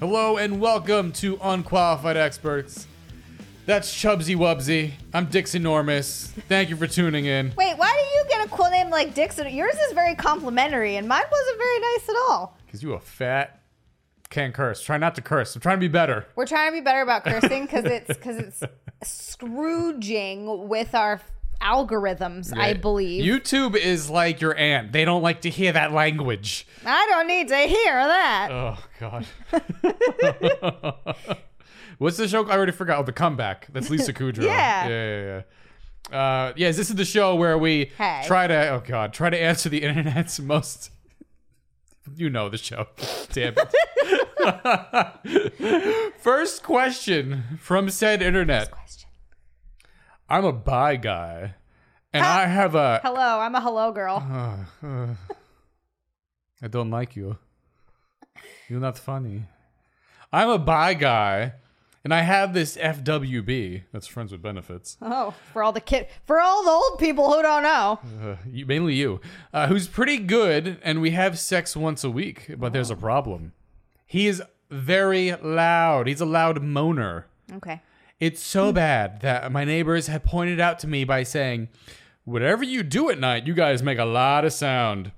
Hello and welcome to Unqualified Experts. That's Chubsy Wubsy. I'm Dixie Normus. Thank you for tuning in. Wait, why do you get a cool name like Dixon? Yours is very complimentary, and mine wasn't very nice at all. Because you a fat can't curse. Try not to curse. I'm trying to be better. We're trying to be better about cursing because it's because it's scrooging with our algorithms, I believe. YouTube is like your aunt. They don't like to hear that language. I don't need to hear that. Oh God. What's the show? I already forgot. Oh, the comeback. That's Lisa Kudrow. Yeah. Yeah. Yeah. yeah. Uh, yes, this is the show where we Hey. try to. Oh God, try to answer the internet's most. You know the show. Damn it. First question from said internet. Question. I'm a bi guy, and I have a. Hello, I'm a hello girl. I don't like you. You're not funny. I'm a bi guy, and I have this FWB. That's friends with benefits. Oh, for all the kid, for all the old people who don't know. Uh, you, mainly you, uh, who's pretty good, and we have sex once a week. But there's a problem. He is very loud. He's a loud moaner. Okay. It's so bad that my neighbors have pointed out to me by saying, Whatever you do at night, you guys make a lot of sound.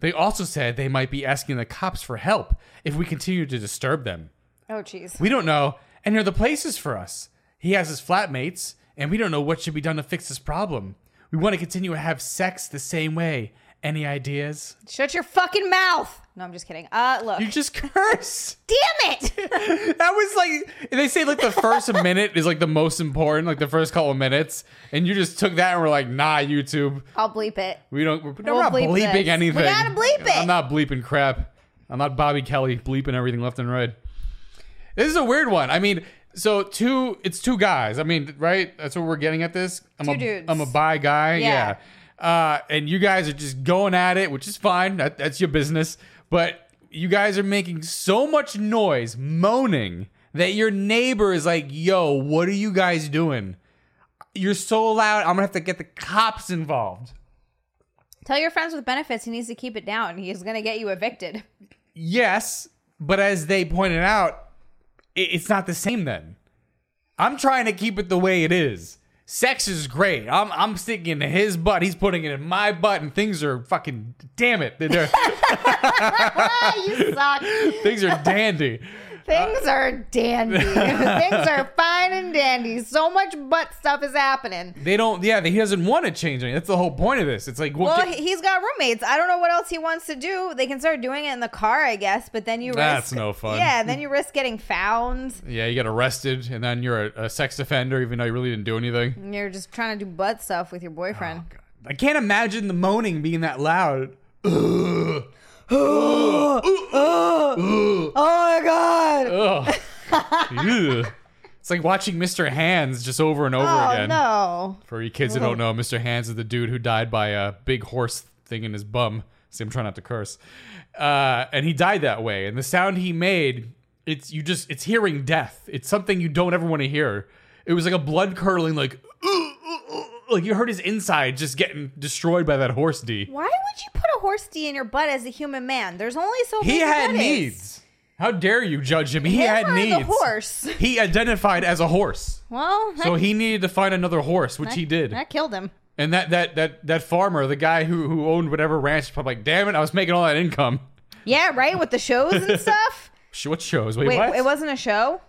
They also said they might be asking the cops for help if we continue to disturb them. Oh, jeez. We don't know, and they're the places for us. He has his flatmates, and we don't know what should be done to fix this problem. We want to continue to have sex the same way. Any ideas? Shut your fucking mouth. No, I'm just kidding. Uh, look. You just curse. Damn it. That was like they say like the first minute is like the most important, like the first couple of minutes, and you just took that and were like, nah, YouTube, I'll bleep it. we don't, we're, We'll we're not bleep bleeping this. We anything. gotta bleep it. I'm not bleeping crap. I'm not Bobby Kelly bleeping everything left and right. This is a weird one. I mean, so two, it's two guys. I mean, right? That's what we're getting at. This. I'm Two a, dudes. am a bi guy. Yeah. Yeah. Uh, and you guys are just going at it, which is fine. That, that's your business. But you guys are making so much noise, moaning, that your neighbor is like, "Yo, what are you guys doing? You're so loud. I'm gonna have to get the cops involved." Tell your friends with benefits he needs to keep it down. He's gonna get you evicted. Yes, but as they pointed out, i- it's not the same then. I'm trying to keep it the way it is. Sex is great. I'm I'm sticking it in his butt. He's putting it in my butt, and things are fucking damn it. They're- they're- you suck. things are dandy. Things are dandy. Things are fine and dandy. So much butt stuff is happening. They don't. Yeah, he doesn't want to change anything. That's the whole point of this. It's like well, Well, get- he- he's got roommates. I don't know what else he wants to do. They can start doing it in the car, I guess. But then you That's risk, no fun. Yeah, then you risk getting found. yeah, you get arrested, and then you're a, a sex offender, even though you really didn't do anything. And you're just trying to do butt stuff with your boyfriend. I can't imagine the moaning being that loud. Ugh. Oh my god! Ugh. Ew. It's like watching Mr. Hands just over and over Oh again. no! For you kids that don't know, Mr. Hands is the dude who died by a big horse thing in his bum. See, I'm trying not to curse. Uh, and he died that way. And the sound he made, it's you just it's hearing death. It's something you don't ever want to hear. It was like a blood curdling, like like you heard his inside just getting destroyed by that horse D. Why would you put a horse D in your butt as a human man? There's only so He many had buttons. needs. How dare you judge him? He Him had or the needs. horse? He identified as a horse. Well, that, So he needed to find another horse, which he did. that killed him. And that that that that farmer, the guy who who owned whatever ranch, is probably like, damn it, I was making all that income. Yeah, right. With the shows and stuff. Sh- What shows? Wait, Wait, what? it wasn't a show.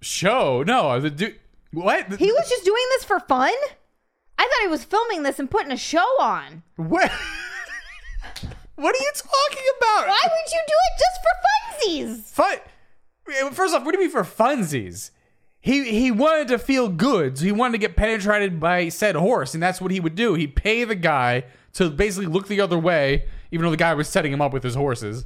show. No, uh, the dude. What? He was just doing this for fun? I thought he was filming this and putting a show on. what? what are you talking about? Why would you do it just for funsies? Fun. First off, what do you mean for funsies? He he wanted to feel good, so he wanted to get penetrated by said horse, and that's what he would do. He'd pay the guy to basically look the other way, even though the guy was setting him up with his horses.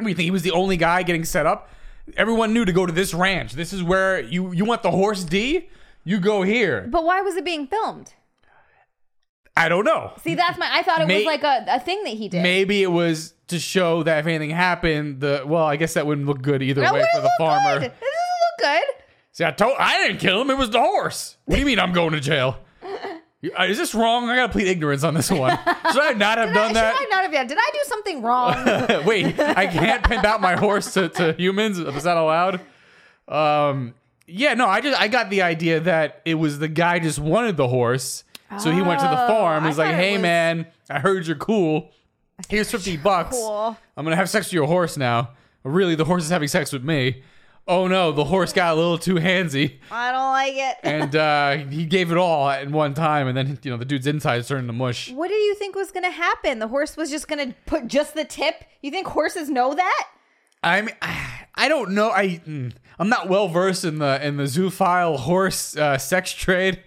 I mean, you think he was the only guy getting set up? Everyone knew to go to this ranch. This is where you you want the horse D. You go here. But why was it being filmed? I don't know. See, that's my. I thought it May- was like a, a thing that he did. Maybe it was to show that if anything happened, the well, I guess that wouldn't look good either That way wouldn't for the look farmer. Good. It doesn't look good. See, I told I didn't kill him. It was the horse. What do you mean I'm going to jail? Uh, Is this wrong? I gotta plead ignorance on this one. Should I not have Did I- done that? Should I not have done? Did I do something wrong? Wait, I can't pimp out my horse to, to humans. Is that allowed? Um, yeah, no, I just I got the idea that it was the guy just wanted the horse, so he went to the Oh, farm. He's I like, thought it "Hey, was- man, I heard you're cool. Here's fifty bucks. cool." I'm gonna have sex with your horse now. Really, the horse is having sex with me. Oh no, the horse got a little too handsy, I don't like it. and uh, he gave it all at one time, and then you know the dude's insides turned to mush. What did you think was going to happen? The horse was just going to put just the tip? You think horses know that? I mean, I don't know. I mm, I'm not well versed in the in the zoophile horse uh, sex trade.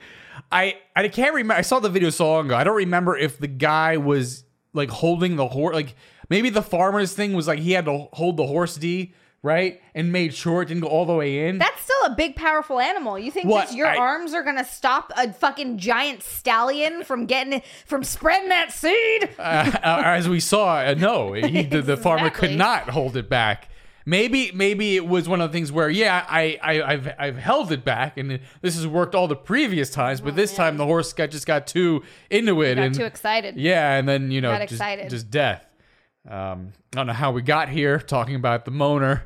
I I can't remember. I saw the video so long ago. I don't remember if the guy was like holding the horse. Like maybe the farmer's thing was like he had to hold the horse D right and made sure it didn't go all the way in. That's still a big, powerful animal. You think What? just your I- arms are going to stop a fucking giant stallion from getting from spreading that seed? uh, as we saw, uh, no, he, the, the farmer could Exactly. not hold it back. Maybe, maybe it was one of the things where, yeah, I, I, I've, I've held it back, and this has worked all the previous times, but this time the horse got just got too into it Oh, Got and too excited. Yeah, and then you know, Got just, excited. just death. Um, I don't know how we got here talking about the moaner.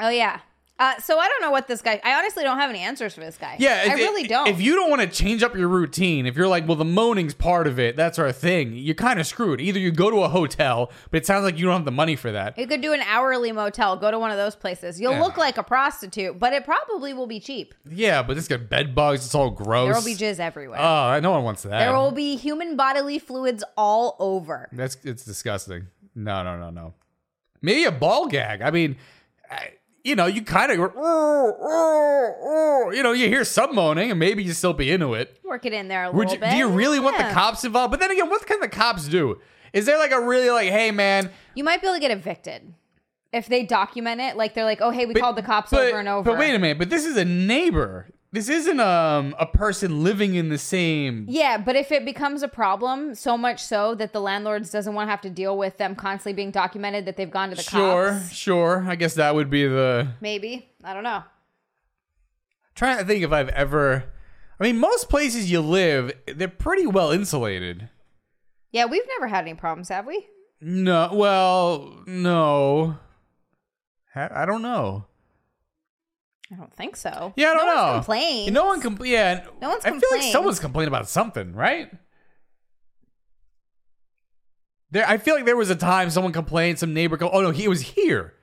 Oh, yeah. Uh, so I don't know what this guy. I honestly don't have any answers for this guy. Yeah, I if- really if- don't. If you don't want to change up your routine, if you're like, well, the moaning's part of it, that's our thing. You're kind of screwed. Either you go to a hotel, but it sounds like you don't have the money for that. you could do an hourly motel. Go to one of those places. You'll Yeah. look like a prostitute, but it probably will be cheap. Yeah, but this got bed bugs. It's all gross. There will be jizz everywhere. Oh, I- no one wants that. there will be human bodily fluids all over. That's it's disgusting. No, no, no, no. Maybe a ball gag. I mean, I, you know, you kind of, you know, you hear some moaning, and maybe you still be into it. Work it in there a Would little you, bit. do you really want the Yeah. cops involved? But then again, what can the cops do? Is there like a really like, hey man, You might be able to get evicted if they document it. Like they're like, oh hey, we called the cops but- over and over. But wait a minute, but this is a neighbor. This isn't um a person living in the same Yeah, but if it becomes a problem, so much so that the landlords doesn't want to have to deal with them constantly being documented that they've gone to the Sure, cops. sure. I guess that would be the Maybe I don't know. trying to think if I've ever. I mean, most places you live, they're pretty well insulated. Yeah, we've never had any problems, have we? No, well, no. Ha- I don't know. I don't think so. Yeah, I don't no know. One's complained. No one compl- Yeah, No one's I feel like complained. someone's complained about something, right? There, I feel like there was a time someone complained, some neighbor. Go, oh no, he it was here.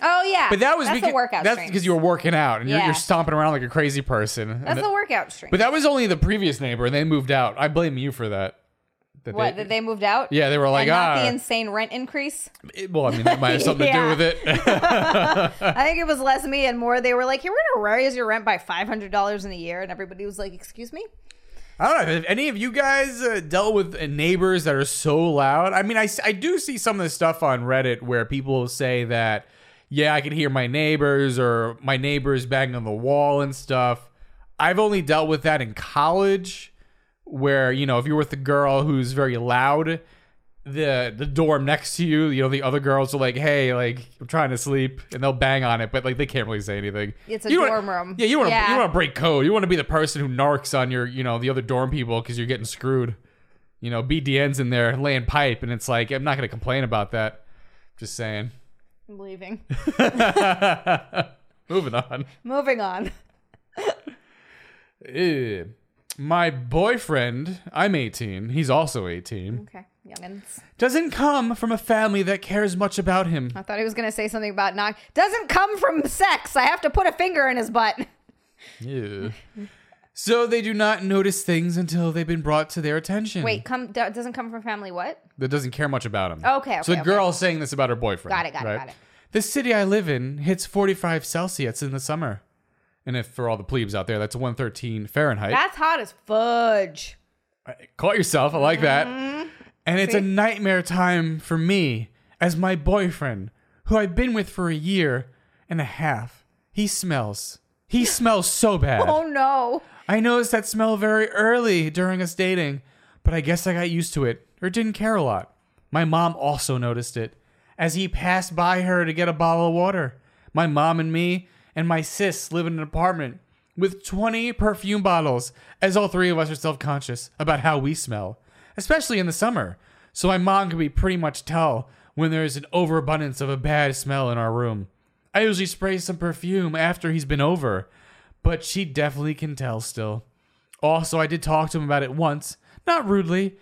Oh yeah, But that was that's because the workout That's stream. because you were working out and you're, Yeah. you're stomping around like a crazy person. And That's that- the workout stream. But that was only the previous neighbor, and they moved out. I blame you for that. That what? that they moved out? Yeah, they were like, and not ah. the insane rent increase. it- well, I mean, that might have something Yeah. to do with it. I think it was less me and more. They were like, "Here, we're gonna raise your rent by five hundred dollars in a year," and everybody was like, "Excuse me." I don't know. Have any of you guys uh, dealt with uh, neighbors that are so loud? I mean, I, s- I do see some of the stuff on Reddit where people say that, yeah, I can hear my neighbors or my neighbors banging on the wall and stuff. I've only dealt with that in college where, you know, if you're with a girl who's very loud, the the dorm next to you, you know, the other girls are like, "Hey, like I'm trying to sleep," and they'll bang on it, but like they can't really say anything. It's a You don't- dorm room. Yeah, you want to Yeah. you want to break code. You want to be the person who narcs on your, you know, the other dorm people because you're getting screwed. You know, BDN's in there laying pipe, and it's like I'm not gonna complain about that. Just saying. I'm leaving. Moving on. Moving on. Ew. Eh, My boyfriend, I'm 18. He's also 18. Okay, youngins. Doesn't come from a family that cares much about him. I thought he was gonna say something about not doesn't come from sex. I have to put a finger in his butt. Ew. so they do not notice things until they've been brought to their attention. Wait, come do- doesn't come from family. What? that doesn't care much about him. Okay, okay, so the okay. girl's saying this about her boyfriend. Got it, got it, got it. The city I live in hits 45 Celsius in the summer. And if for all the plebes out there, that's 113 Fahrenheit. That's hot as fudge. Caught yourself. I like that. And it's a nightmare time for me as my boyfriend, who I've been with for a year and a half. He smells. He smells so bad. Oh no. I noticed that smell very early during us dating, but I guess I got used to it or didn't care a lot. My mom also noticed it as he passed by her to get a bottle of water. My mom and me and my sis live in an apartment. with 20 perfume bottles, as all three of us are self conscious about how we smell, especially in the summer. So my mom can be pretty much tell when there is an overabundance of a bad smell in our room. I usually spray some perfume after he's been over, but she definitely can tell still. Also, I did talk to him about it once, not rudely,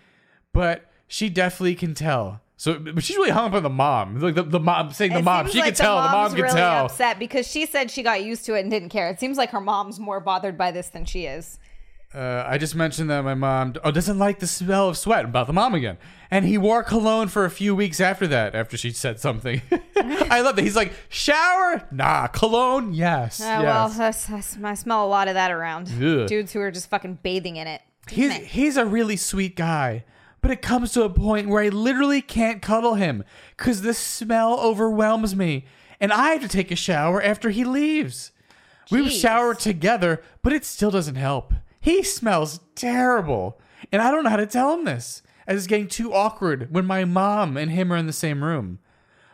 but she definitely can tell. So, but she's really hung up on the mom. Like the, the mom saying the It mom, seems she can like tell. The mom mom's can really tell. Upset because she said she got used to it and didn't care. It seems like her mom's more bothered by this than she is. Uh, I just mentioned that my mom oh, doesn't like the smell of sweat about the mom again. And he wore cologne for a few weeks after that, after she said something. I love that. He's like, shower? Nah, cologne? Yes. Oh, well, yes. that's, that's, I smell a lot of that around. Ugh. Dudes who are just fucking bathing in it. he's, he's a really sweet guy, but it comes to a point where I literally can't cuddle him because the smell overwhelms me. And I have to take a shower after he leaves. We've Jeez. showered together, but it still doesn't help. He smells terrible, and I don't know how to tell him this, as it's getting too awkward when my mom and him are in the same room.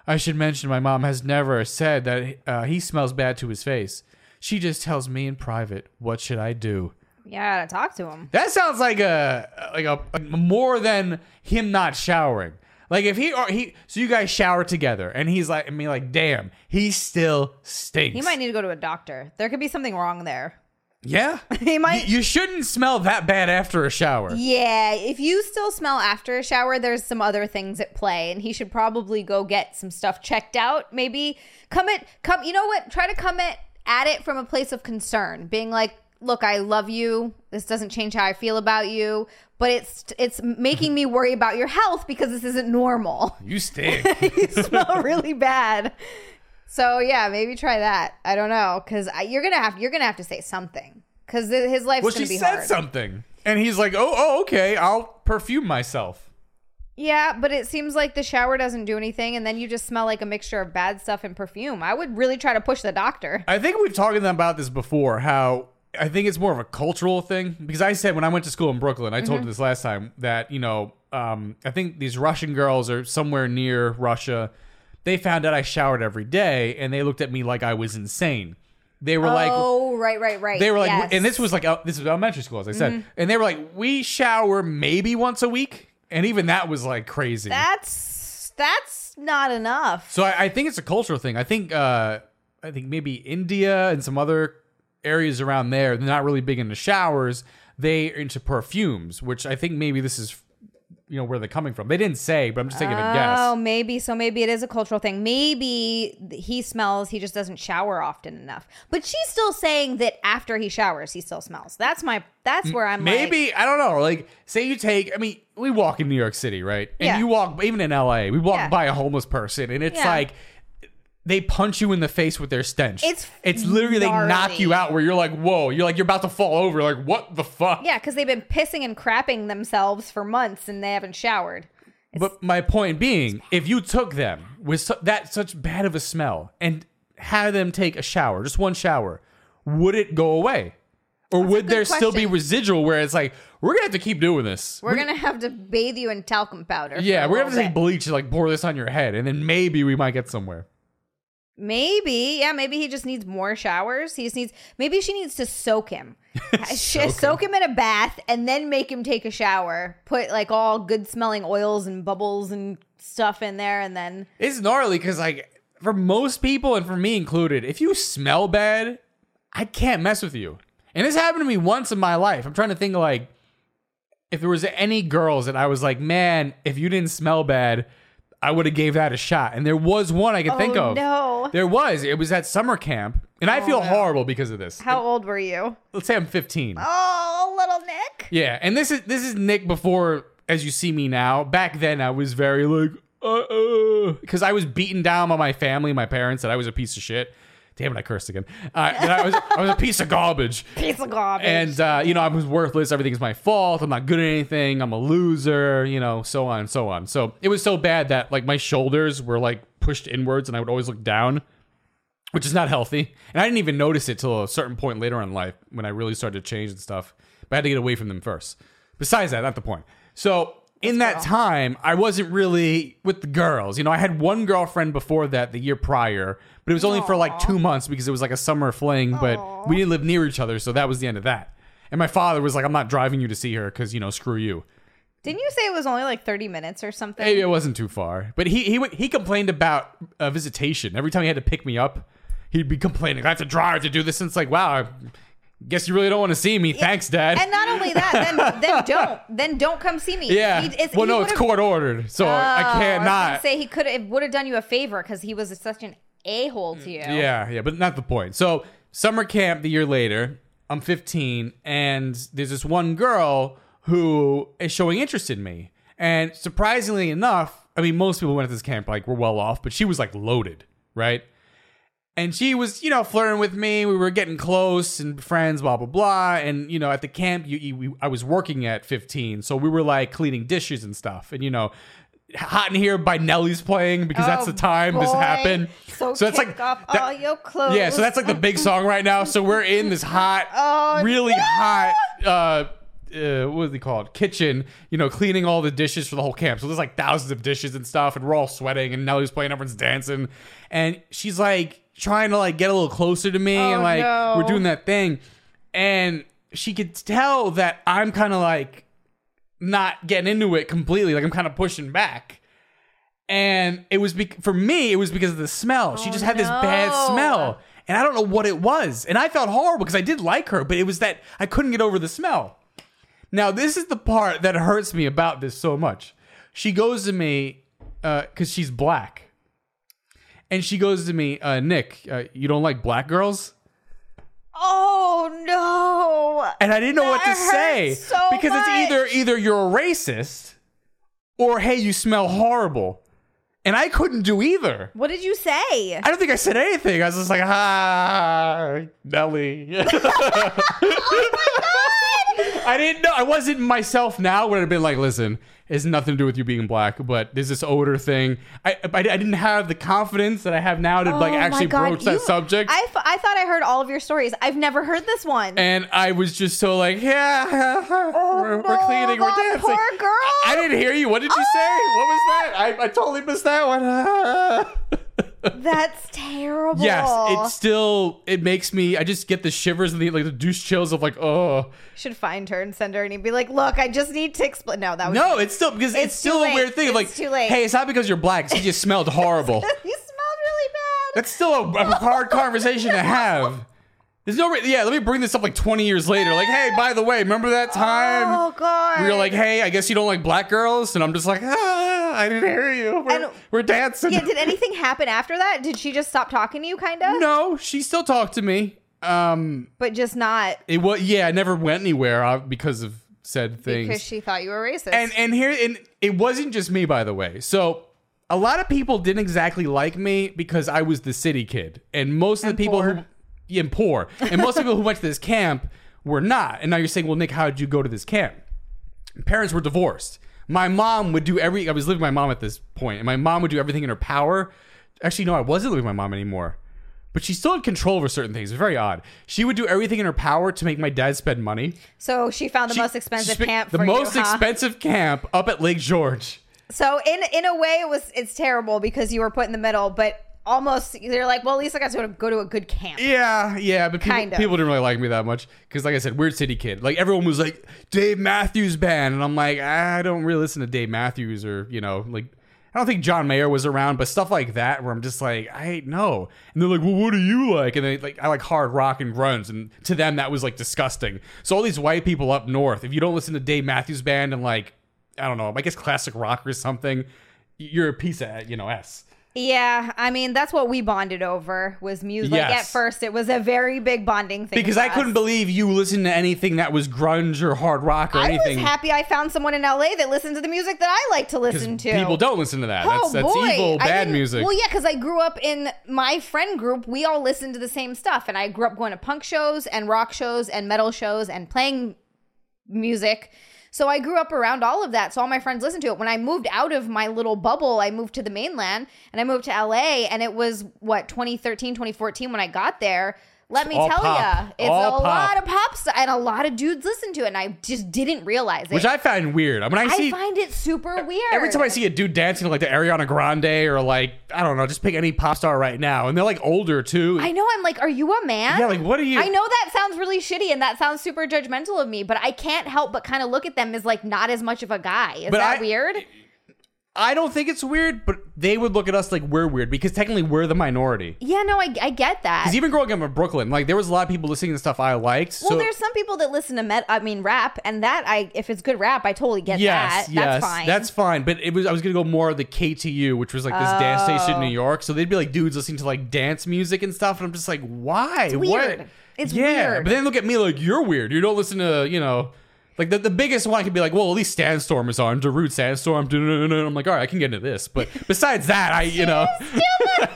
I should mention my mom has never said that uh, he smells bad to his face. She just tells me in private, "What should I do?" Yeah, I gotta talk to him. That sounds like a like a, a- more than him not showering. Like if he or he, so you guys shower together, and he's like, I mean, like, damn, he still stinks. He might need to go to a doctor. There could be something wrong there. Yeah. He might- You, you shouldn't smell that bad after a shower. Yeah, if you still smell after a shower, there's some other things at play, and he should probably go get some stuff checked out. Maybe come at come. You know what? Try to come at at it from a place of concern, being like, "Look, I love you. This doesn't change how I feel about you, but it's it's making me worry about your health because this isn't normal. You stink. you smell really bad." So yeah, maybe try that. I don't know, because you're gonna have you're gonna have to say something because his life's well, gonna she be said hard. something. And he's like, oh, oh, okay, I'll perfume myself. Yeah, but it seems like the shower doesn't do anything, and then you just smell like a mixture of bad stuff and perfume. I would really try to push the doctor. I think we've talked about this before, how I think it's more of a cultural thing. Because I said when I went to school in Brooklyn, I told Mm-hmm. you this last time, that, you know, um, I think these Russian girls are somewhere near Russia. They found out I showered every day, and they looked at me like I was insane. They were like, oh, right, right, right. they were like, Yes. Mm-hmm. and this was like, uh, this was elementary school, as I said, and they were like, we shower maybe once a week, and even that was like crazy. that's that's not enough. so I, I think it's a cultural thing. I think, uh, I think maybe India and some other areas around there, they're not really big into showers. They are into perfumes, which I think maybe this is, you know, where they're coming from. They didn't say, but I'm just taking a guess. Oh, maybe so. Maybe it is a cultural thing. Maybe he smells. He just doesn't shower often enough. But she's still saying that after he showers, he still smells. That's my. That's where I'm. like- Maybe I don't know. Like, say you take. I mean, we walk in New York City, right? And Yeah. you walk even in LA. We walk Yeah. by a homeless person, and it's Yeah. like they punch you in the face with their stench. It's it's literally they knock gnarly. you out where you're like, whoa, you're like you're about to fall over. You're like what the fuck? yeah, because they've been pissing and crapping themselves for months, and they haven't showered. But my point being, if you took them with su- that such bad of a smell and had them take a shower, just one shower, would it go away? Or would good there still be question. residual where it's like, we're gonna have to keep doing this? We're gonna have to bathe you in talcum powder. for Yeah, a we're gonna have to little take bit. bleach and like pour this on your head, and then maybe we might get somewhere. Maybe, yeah, maybe he just needs more showers. He just needs. Maybe she needs to soak him, soak, him. soak him in a bath, and then make him take a shower. Put like all good smelling oils and bubbles and stuff in there, and then It's gnarly because like for most people, and for me included, if you smell bad, I can't mess with you. And this happened to me once in my life. I'm trying to think like if there was any girls that I was like, man, if you didn't smell bad, I would have gave that a shot. And there was one I could think Oh, of. no. there was. It was at summer camp, and I feel no. horrible because of this. how old were you? Let's say I'm 15. Oh, little Nick. Yeah, and this is this is Nick before as you see me now. Back then, I was very like, uh, because I was beaten down by my family, my parents, that I was a piece of shit. Damn it, I cursed again. Uh, that I was I was a piece of garbage, Piece of garbage. and uh, you know I was worthless. Everything's my fault. I'm not good at anything. I'm a loser. You know, so on and so on. So it was so bad that like my shoulders were like pushed inwards, and I would always look down. Which is not healthy, and I didn't even notice it till a certain point later in life when I really started to change and stuff. But I had to get away from them first. Besides that, not the point. So in that time, I wasn't really with the girls. You know, I had one girlfriend before that the year prior, but it was only for like Aw. two months because it was like a summer fling, but we didn't live near each other, so that was the end of that. And my father was like, I'm not driving you to see her because, you know, screw you. Didn't you say it was only like 30 minutes or something? Maybe it wasn't too far, but he he would- he complained about uh, visitation. Every time he had to pick me up, he'd be complaining. I have to drive to do this. And it's like, wow, I guess you really don't want to see me. Thanks, Dad. And not only that, then then don't then don't come see me. yeah. He- it's- well, he no, it's would've- court ordered, so Oh, I was can't gonna not. say he could have would have done you a favor because he was such an a hole to you. Mm, Yeah, yeah, but not the point. So summer camp the year later, I'm 15, and there's this one girl who is showing interest in me. And surprisingly enough, I mean, most people went to this camp like were well off, but she was like loaded, right? And she was, you know, flirting with me. We were getting close and friends, blah blah blah. And you know, at the camp, you, you we, I was working at 15, so we were like cleaning dishes and stuff. And you know, hot in here by Nelly's playing because that's Oh, the time this boy. happened. So, it's kick off that- all your clothes. yeah, so that's like the big song right now. So we're in this hot, Oh, really no. hot, uh, uh, what is it called? Kitchen, you know, cleaning all the dishes for the whole camp. So there's like thousands of dishes and stuff, and we're all sweating, and Nelly's playing, everyone's dancing. And she's like trying to like get a little closer to me, and like Oh, no. we're doing that thing. And she could tell that I'm kind of like not getting into it completely. Like I'm kind of pushing back. And it was bec for me, it was because of the smell. she just had this bad Oh, no. smell. And I don't know what it was. And I felt horrible because I did like her, but it was that I couldn't get over the smell. Now, this is the part that hurts me about this so much. She goes to me because she's black. And she goes to me, uh, Nick, uh, you don't like black girls? Oh no. and I didn't know what to That say hurts so because much. it's either either you're a racist or hey, you smell horrible, and I couldn't do either. What did you say? I don't think I said anything. I was just like, "Hi, Nelly." I didn't know. I wasn't myself now. Would have been like, "Listen, it's nothing to do with you being black, but there's this odor thing." I I, I didn't have the confidence that I have now to like Oh my actually God, broach that you- subject. I, f- I thought I heard all of your stories. I've never heard this one. and I was just so like, yeah, we're, we're Oh no, cleaning, we're that dancing. poor girl. I, I didn't hear you. What did you say? What was that? I, I totally missed that one. That's terrible. yes, it still it makes me. I just get the shivers and the like the douche chills of like, oh should find her and send her, and he'd be like, "Look, I just need to explain." No, that was no, it's still because it's, It's too still a late. weird thing. of like, It's too late. hey, it's not because you're black. It's 'cause you smelled horrible. you smelled really bad. That's still a, a hard conversation to have. There's no, re- yeah. Let me bring this up like 20 years later. Like, hey, by the way, remember that time? oh god. We were like, hey, I guess you don't like black girls. And I'm just like, ah, I didn't hear you. We're, And- we're dancing. yeah. Did anything happen after that? Did she just stop talking to you, kind of? no, she still talked to me. Um, but just not it was, yeah, I never went anywhere uh, because of said things. because she thought you were racist. and, and here, and it wasn't just me, by the way. So a lot of people didn't exactly like me because I was the city kid. And most of the people who, poor. yeah, and poor. And most people who went to this camp were not. And now you're saying, well, Nick, how did you go to this camp? parents were divorced. My mom would do every. I was living with my mom at this point, and my mom would do everything in her power. Actually, no, I wasn't living with my mom anymore, but she still had control over certain things. It was very odd. She would do everything in her power to make my dad spend money. so she found the She- most she expensive spent- camp. The for most you, huh? expensive camp up at Lake George. So in in a way, it was it's terrible because you were put in the middle, but almost they're like, well, at least I got to go to a good camp. Yeah, yeah, but people, Kind of. people didn't really like me that much because, like I said, weird city kid. Like everyone was like Dave Matthews Band, and I'm like, "Ah, I don't really listen to Dave Matthews or you know, like I don't think John Mayer was around, but stuff like that where I'm just like, I know. And they're like, Well, what do you like? And they like, I like hard rock and grunge, and to them that was like disgusting. So all these white people up north, if you don't listen to Dave Matthews Band and like, I don't know, I guess classic rock or something, you're a piece of you know s. Yeah, I mean that's what we bonded over was music. Like at Yes. first, it was a very big bonding thing Because for I couldn't us. believe you listened to anything that was grunge or hard rock or I anything. was happy I found someone in LA that listened to the music that I like to listen to. People don't listen to that. Oh that's that's boy. evil, I bad didn't- music. Well, yeah, because I grew up in my friend group. We all listened to the same stuff, and I grew up going to punk shows and rock shows and metal shows and playing music. So I grew up around all of that. So all my friends listened to it. When I moved out of my little bubble, I moved to the mainland and I moved to LA and it was what 2013, 2014 when I got there Let me all tell pop. ya, it's All pop. a lot of pops and a lot of dudes listen to it, and I just didn't realize it. which I find weird. I mean, I I see find it super weird. every time I see a dude dancing to like the Ariana Grande or like I don't know, just pick any pop star right now, and they're like older too. I know. I'm like, are you a man? Yeah, like, what are you- I know that sounds really shitty and that sounds super judgmental of me, but I can't help but kind of look at them as like not as much of a guy. Is But that I- weird? I don't think it's weird, but they would look at us like we're weird because technically we're the minority. Yeah, no, I, I get that. Because even growing up in Brooklyn, like there was a lot of people listening to stuff I liked. well, so there's some people that listen to met. I mean, rap, and that I if it's good rap, I totally get yes, that. yes, that's fine. that's fine. But it was I was gonna go more of the KTU, which was like this dance station in New York. So they'd be like dudes listening to like dance music and stuff, and I'm just like, why? What? weird. It's yeah. weird. But then look at me like you're weird. You don't listen to you know. Like the, the biggest one I could be like, well, at least Sandstorm is on, Darude Sandstorm. da-da-da-da. I'm like, all right, I can get into this. But besides that, I you know,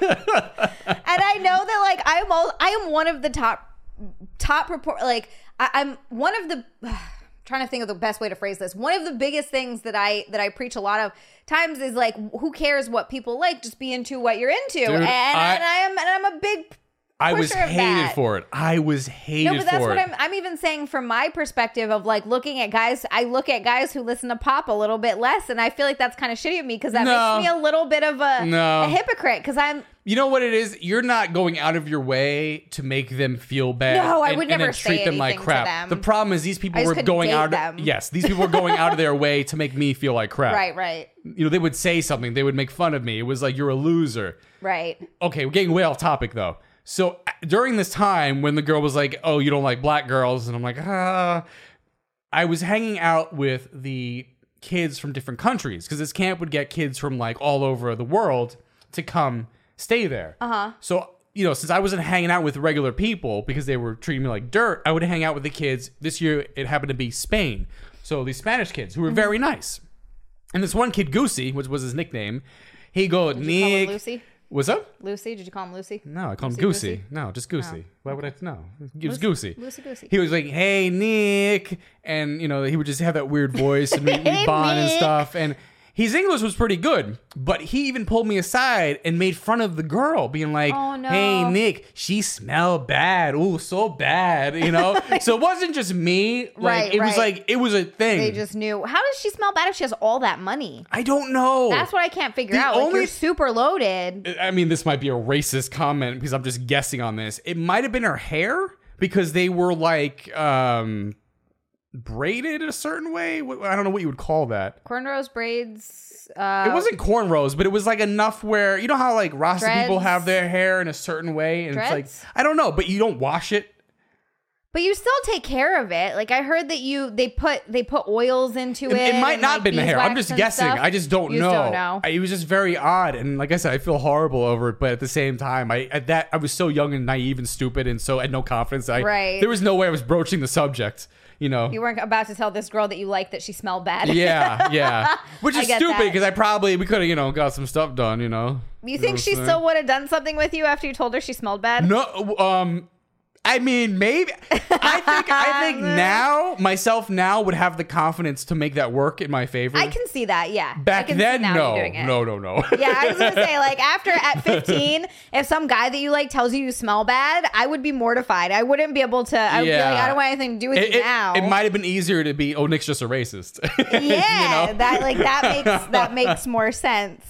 and I know that like I'm all I am one of the top top report like I, I'm one of the trying to think of the best way to phrase this. One of the biggest things that I that I preach a lot of times is like who cares what people like? Just be into what you're into. and, I- and I am and I'm a big I was Pusher of hated that. for it. I was hated no, but that's for what it. I'm. I'm even saying from my perspective of like looking at guys. I look at guys who listen to pop a little bit less, and I feel like that's kind of shitty of me because that No. makes me a little bit of a, No. a hypocrite. Because I'm You know what it is? You're not going out of your way to make them feel bad. No, I and- would and never then treat say them like anything to crap. them. The problem is these people I just were couldn't going date out. them. Yes, these people were going out of their way to make me feel like crap. right, right, You know, they would say something. They would make fun of me. It was like you're a loser. right. Okay, we're getting way off topic though. So uh, during this time when the girl was like, "Oh, you don't like black girls," and I'm like, "Ah," I was hanging out with the kids from different countries because this camp would get kids from like all over the world to come stay there. Uh Uh-huh. huh. So you know, since I wasn't hanging out with regular people because they were treating me like dirt, I would hang out with the kids. This year, it happened to be Spain. So these Spanish kids who were Mm-hmm. very nice, and this one kid, Goosey, which was his nickname, he go you call her Nick. Lucy? What's up? Lucy, did you call him Lucy? No, I call him Goosey, Oh, Goosey. No, just Goosey. Why would I? No, it was Goosey. Loosey Goosey. He was like, "Hey, Nick," and you know he would just have that weird voice and we we'd Hey, bond and Nick. stuff. And his English was pretty good, but he even pulled me aside and made fun of the girl, being like, Oh, no. "Hey, Nick, she smelled bad. Ooh, so bad." You know. so it wasn't just me. Like, Right, It was right. like it was a thing. They just knew. How does she smell bad if she has all that money? I don't know. That's what I can't figure Oh. The out. Like, only- you're super loaded. I mean, this might be a racist comment because I'm just guessing on this. It might have been her hair because they were like um braided a certain way. Wh- I don't know what you would call that. Cornrows, braids. Uh, It wasn't cornrows, but it was like enough where you know how like Rasta people Dreads? have their hair in a certain way, and it's Dreads? like I don't know, but you don't wash it. but you still take care of it. Like I heard that you they put they put oils into it. It, it might and, not like, been the hair. I'm beeswax just and guessing. stuff. I just don't You know. just don't know. I- it was just very odd, and like I said, I feel horrible over it. But at the same time, I at that I was so young and naive and stupid, and so had no confidence. I Right. there was no way I was broaching the subject. You know. you weren't about to tell this girl that you liked that she smelled bad. yeah, yeah. Which I is get stupid that. because I probably we could have you know got some stuff done. You know. You know think what she I'm still would have done something with you after you told her she smelled bad? No, um, I mean, maybe. I think I think now myself now would have the confidence to make that work in my favor. I can see that. Yeah. I Back can see then, now you're no, doing it. no, no, no. Yeah, I was gonna say, like, after at 15, if some guy that you like tells you you smell bad, I would be mortified. I wouldn't be able to. I would be like, Yeah. I don't want anything to do with It, you it- now. it might have been easier to be. Oh, Nick's just a racist. yeah, you know? that like that makes that makes more sense.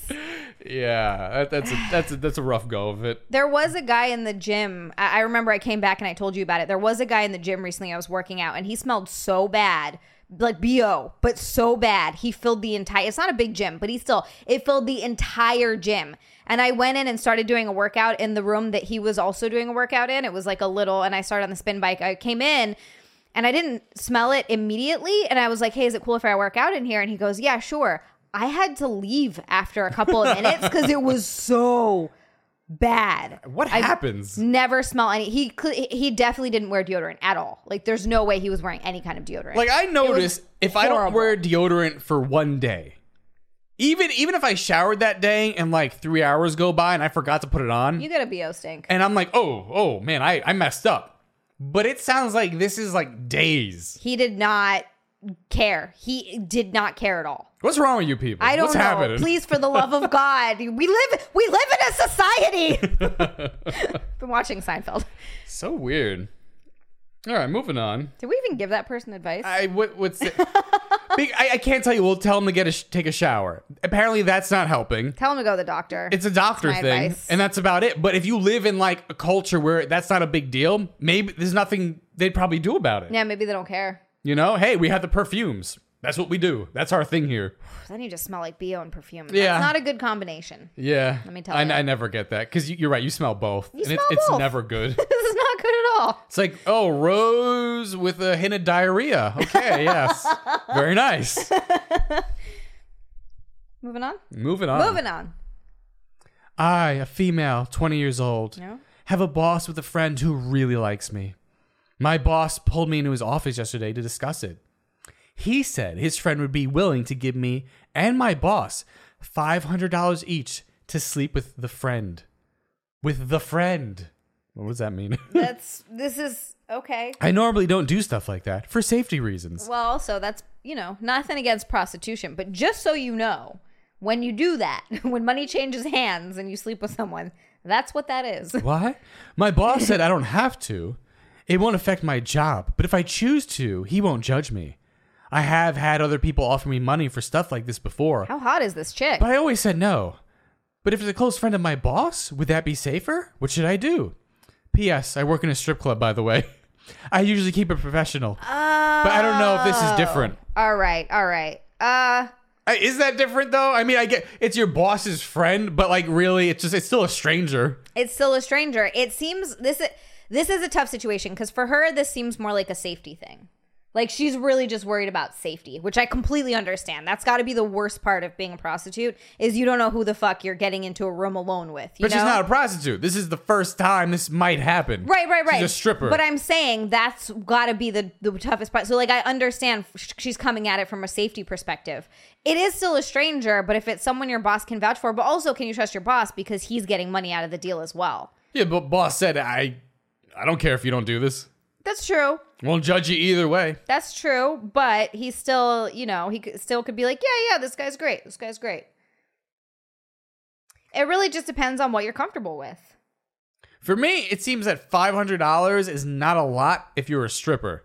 yeah, that, that's a, that's a, that's a rough go of it. There was a guy in the gym. I, I remember I came back and I told you about it. There was a guy in the gym recently. I was working out and he smelled so bad, like bo, but so bad. He filled the entire. It's not a big gym, but he still it filled the entire gym. And I went in and started doing a workout in the room that he was also doing a workout in. It was like a little, and I started on the spin bike. I came in and I didn't smell it immediately. And I was like, hey, is it cool if I work out in here? And he goes, yeah, sure. I had to leave after a couple of minutes because it was so bad. What I happens? Never smell any. He cl- he definitely didn't wear deodorant at all. Like there's no way he was wearing any kind of deodorant. Like I notice if I don't horrible. wear deodorant for one day, even even if I showered that day and like three hours go by and I forgot to put it on, you got a bo stink. and I'm like, oh, oh man, I, I messed up. But it sounds like this is like days. He did not care. He did not care at all. What's wrong with you people? I don't What's know. happening? Please, for the love of God, we live we live in a society. Been watching Seinfeld. So weird. All right, moving on. Did we even give that person advice? I what, what's it? Big- I, I can't tell you. We'll tell him to get a sh- take a shower. Apparently, that's not helping. Tell him to go to the doctor. It's a doctor That's my thing, advice. and that's about it. But if you live in like a culture where that's not a big deal, maybe there's nothing they'd probably do about it. yeah, maybe they don't care. You know, hey, we have the perfumes. That's what we do. That's our thing here. Then you just smell like bo and perfume. Yeah. That's not a good combination. Yeah. Let me tell I, you. I never get that because you, you're right. You smell both, and smell it's, it's both. never good. This is not good at all. It's like, oh, rose with a hint of diarrhea. Okay, yes. Very nice. Moving on. Moving on. Moving on. I, a female, 20 years old, No. have a boss with a friend who really likes me. My boss pulled me into his office yesterday to discuss it. He said his friend would be willing to give me and my boss $500 each to sleep with the friend. With the friend. What does that mean? That's this is okay. I normally don't do stuff like that for safety reasons. Well, also that's you know nothing against prostitution, but just so you know, when you do that, when money changes hands and you sleep with someone, that's what that is. Why? My boss said I don't have to. It won't affect my job, but if I choose to, he won't judge me. I have had other people offer me money for stuff like this before, How hot is this chick? but I always said no. But if it's a close friend of my boss, would that be safer? What should I do? P.S. I work in a strip club, by the way. I usually keep it professional, but I don't know if this is different. All right, all right. Uh, I- Is that different though? I mean, I get it's your boss's friend, but like really, it's just it's still a stranger. it's still a stranger. It seems this i- this is a tough situation because for her this seems more like a safety thing. Like she's really just worried about safety, which I completely understand. That's got to be the worst part of being a prostitute is you don't know who the fuck you're getting into a room alone with. You But know? she's not a prostitute. This is the first time this might happen. Right, right, right. She's a stripper. But I'm saying that's got to be the the toughest part. So like I understand sh- she's coming at it from a safety perspective. It is still a stranger, but if it's someone your boss can vouch for, but also can you trust your boss because he's getting money out of the deal as well. yeah, but boss said I, I don't care if you don't do this. That's true. Won't judge you either way. That's true, but he's still, you know, he could, still could be like, "Yeah, yeah, this guy's great. This guy's great." It really just depends on what you're comfortable with. For me, it seems that five hundred dollars is not a lot if you're a stripper.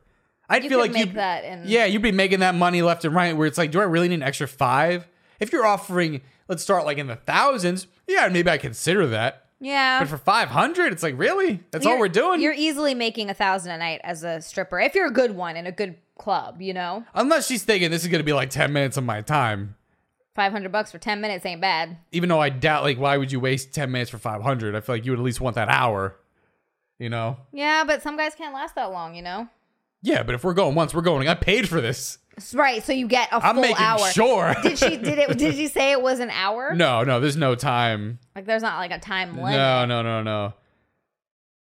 I'd You feel could like you make that in- yeah, you'd be making that money left and right. Where it's like, do I really need an extra five? If you're offering, let's start like in the thousands. Yeah, maybe I consider that. Yeah. But for five hundred, it's like really? That's all Um, You're- we're doing. You're easily making a thousand a night as a stripper if you're a good one in a good club. You know, Unless she's thinking this is gonna be like ten minutes of my time. five hundred bucks for ten minutes ain't bad. even though I doubt, like, why would you waste 10 minutes for 500? I feel like you would at least want that hour, you know? Yeah, but some guys can't last that long. You know, Yeah, but if we're going once, we're going. I paid for this. S- right? So you get a I'm full making hour. sure. Did she? Did it? Did she say it was an hour? no, no, there's no time. Like there's not like a time limit. No, no, no, no.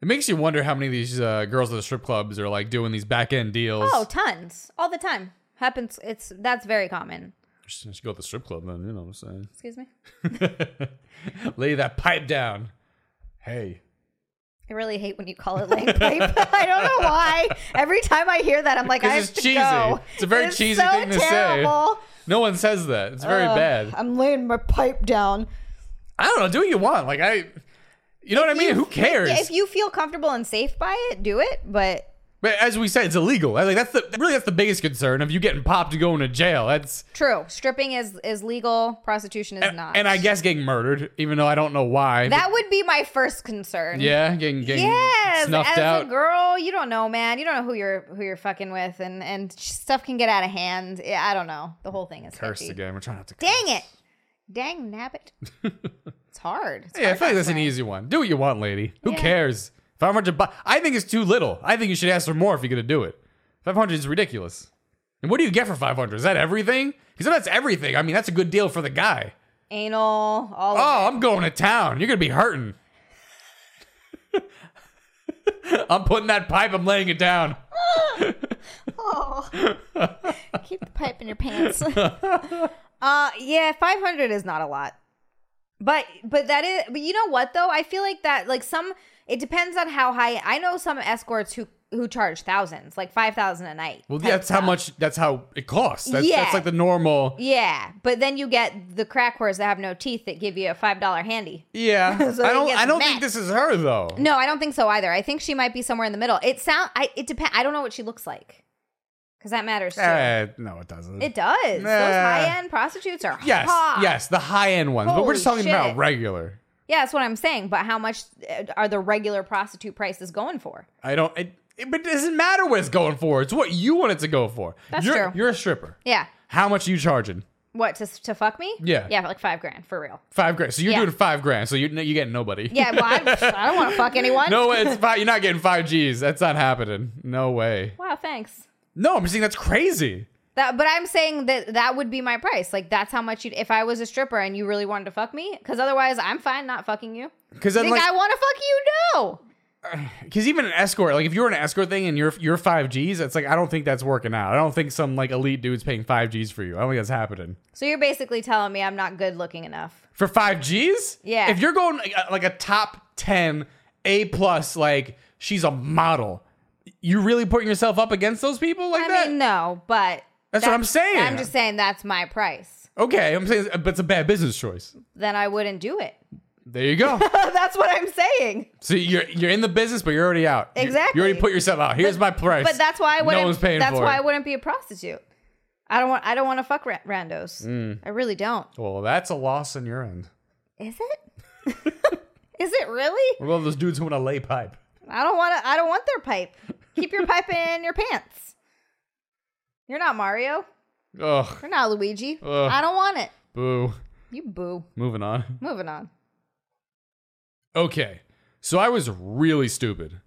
It makes you wonder how many of these uh, girls at the strip clubs are like doing these back end deals. Oh, tons all the time happens. It's that's very common. Just just go to the strip club then, you know what I'm Excuse me. saying? Lay that pipe down. Hey. I really hate when you call it laying pipe. I don't know why. Every time I hear that, I'm like, I have Because it's to cheesy. go. It's a very It is cheesy so thing to say. terrible. No one says that. It's very bad. I'm laying my pipe down. I don't know. Do what you want. Like, I, you know what I mean? Who cares? Yeah, if you feel comfortable and safe by it, do it. But But as we said, it's illegal. Like that's the really that's the biggest concern of you getting popped and going to jail. That's true, stripping is is legal. Prostitution is not. and I guess getting murdered, even though I don't know why. that would be my first concern. yeah, getting getting Yes, snuffed as out. a girl, you don't know, man. You don't know who you're who you're fucking with, and and stuff can get out of hand. Yeah, I don't know. The whole thing is Cursed sketchy. again. We're trying not to. Dang curse. it, dang nabbit. it's hard. It's Yeah, I hard feel like not that's an swearing. easy one. Do what you want, lady. Who Yeah. cares? Five hundred bucks. I think it's too little. I think you should ask for more if you're gonna do it. Five hundred is ridiculous. And what do you get for five hundred? Is that everything? Because if that's everything, I mean that's a good deal for the guy. Anal, all of Oh, I'm going to town. You're gonna be hurting. I'm putting that pipe. I'm laying it down. Oh. Keep the pipe in your pants. uh yeah, 500 is not a lot. But but that is but you know what though? I feel like that like some It depends on how high. I know some escorts who who charge thousands, like five thousand a night. Well, type yeah, that's how stuff. much. That's how it costs. That's, Yeah. that's like the normal. Yeah, but then you get the crack whores that have no teeth that give you a five dollar handy. Yeah, So I it don't. gets I don't met. think this is her though. No, I don't think so either. I think she might be somewhere in the middle. It sound. I it depend. I don't know what she looks like, because that matters too. Eh, no, it doesn't. it does. Nah. Those high end prostitutes are yes, hot. yes, the high end ones. but we're Holy just talking about shit. regular. Yeah, that's what I'm saying. But how much uh, are the regular prostitute prices going for? I don't. It, it, but it doesn't matter what it's going for. It's what you want it to go for. That's you're, true. You're a stripper. Yeah. How much are you charging? What to to fuck me? Yeah. Yeah, like five grand for real. Five grand. So you're Yeah. doing five grand. So you you getting nobody. Yeah. Well, I, I don't want to fuck anyone. No way. It's five, you're not getting five G's. That's not happening. No way. Wow. Thanks. No, I'm saying that's crazy. That, but I'm saying that that would be my price. Like that's how much you'd if I was a stripper and you really wanted to fuck me. Because otherwise, I'm fine not fucking you. Because then Think like, I want to fuck you? No. because even an escort, like if you're an escort thing and you're you're five G's, it's like I don't think that's working out. I don't think some like elite dude's paying five G's for you. I don't think that's happening So you're basically telling me I'm not good looking enough. for five G's. Yeah. If you're going like a, like a top ten A plus, like she's a model, you really putting yourself up against those people like I that? mean, no, but That's what I'm saying. I'm just saying that's my price. okay, I'm saying, but it's a bad business choice. Then I wouldn't do it. There you go. that's what I'm saying. so you're you're in the business, but you're already out. You- Exactly. You, already put yourself out. Here's my price. But that's why I no wouldn't. one's paying that's for why I it. wouldn't be a prostitute. I don't want. I don't want to fuck ra- randos. Mm. I really don't. well, that's a loss on your end. Is it? Is it really? What about those dudes who want to lay pipe? I don't want to. I don't want their pipe. Keep your pipe in your pants. You're not Mario. Ugh, You're not Luigi. Ugh. I don't want it. boo. You boo. Moving on. Moving on. Okay, so I was really stupid.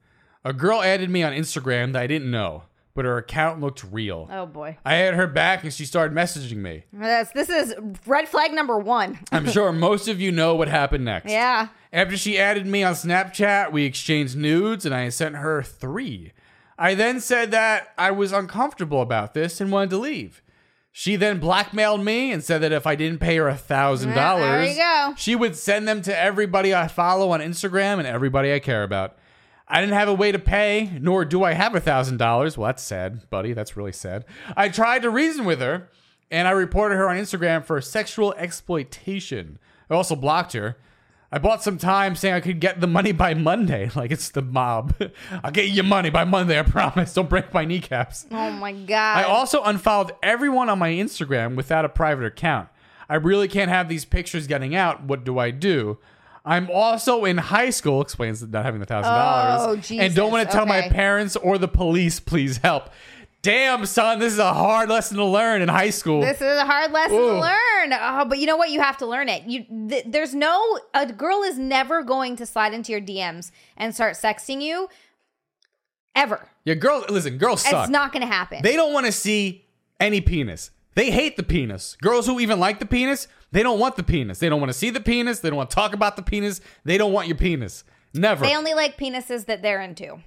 A girl added me on Instagram that I didn't know, but her account looked real. Oh boy. I had her back and she started messaging me. That's this is red flag number one. I'm sure most of you know what happened next. Yeah. After she added me on Snapchat, we exchanged nudes and I sent her three. I then said that I was uncomfortable about this and wanted to leave. She then blackmailed me and said that if I didn't pay her a thousand Well, there dollars, you go. she would send them to everybody I follow on Instagram and everybody I care about. I didn't have a way to pay, nor do I have a thousand dollars. Well, that's sad, buddy. That's really sad. I tried to reason with her, and I reported her on Instagram for sexual exploitation. I also blocked her. I bought some time saying I could get the money by Monday. Like it's the mob. I'll get you money by Monday, I promise. Don't break my kneecaps. Oh my god. I also unfollowed everyone on my Instagram without a private account. I really can't have these pictures getting out. What do I do? I'm also in high school, explains not having the thousand Oh, dollars. And Jesus, don't want to tell my okay. parents or the police, please help. Damn, son, this is a hard lesson to learn in high school. this is a hard lesson Ooh. to learn. Oh, but you know what? You have to learn it. You th- there's no a girl is never going to slide into your DMs and start sexting you ever. Your girls, listen, girls suck. It's not going to happen. They don't want to see any penis. They hate the penis. Girls who even like the penis, they don't want the penis. They don't want to see the penis. They don't want to talk about the penis. They don't want your penis. Never. they only like penises that they're into.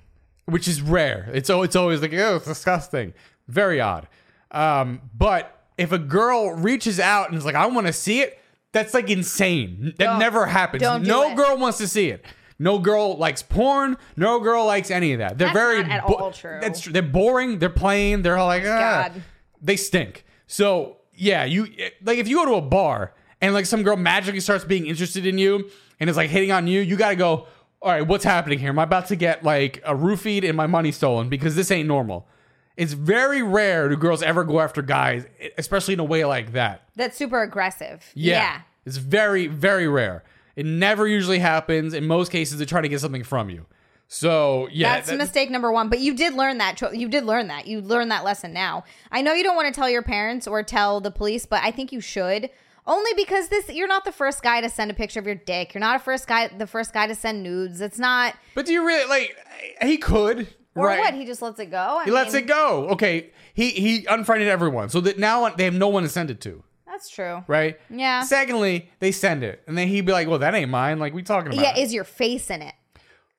which is rare. It's al- it's always like oh, it's disgusting, very odd. Um, but if a girl reaches out and is like, I want to see it, that's like insane. That Don't- never happens. don't do no it. girl wants to see it. No girl likes porn. No girl likes any of that. They're That's very not at all true. That's tr- they're boring. They're plain. They're all like, ah. Oh, God. they stink. So yeah, you it- like if you go to a bar and like some girl magically starts being interested in you and is like hitting on you, you gotta go. All right, what's happening here? Am I about to get like a roofied and my money stolen because this ain't normal? It's very rare do girls ever go after guys, especially in a way like that. That's super aggressive. Yeah. yeah. It's very, very rare. It never usually happens. In most cases, they try to get something from you. So yeah, That's that- mistake number one. But you did learn that. cho- You did learn that. You learned that lesson now. I know you don't want to tell your parents or tell the police, but I think you should. Only because this, you're not the first guy to send a picture of your dick. You're not a first guy, the first guy to send nudes. It's not. but do you really like? He could, Or right? what? He just lets it go. I He lets mean, it go. Okay, he he unfriended everyone, so that now they have no one to send it to, That's true. right? Yeah. Secondly, they send it, and then he'd be like, "Well, that ain't mine. Like, we talking about? Yeah. Is your face in it?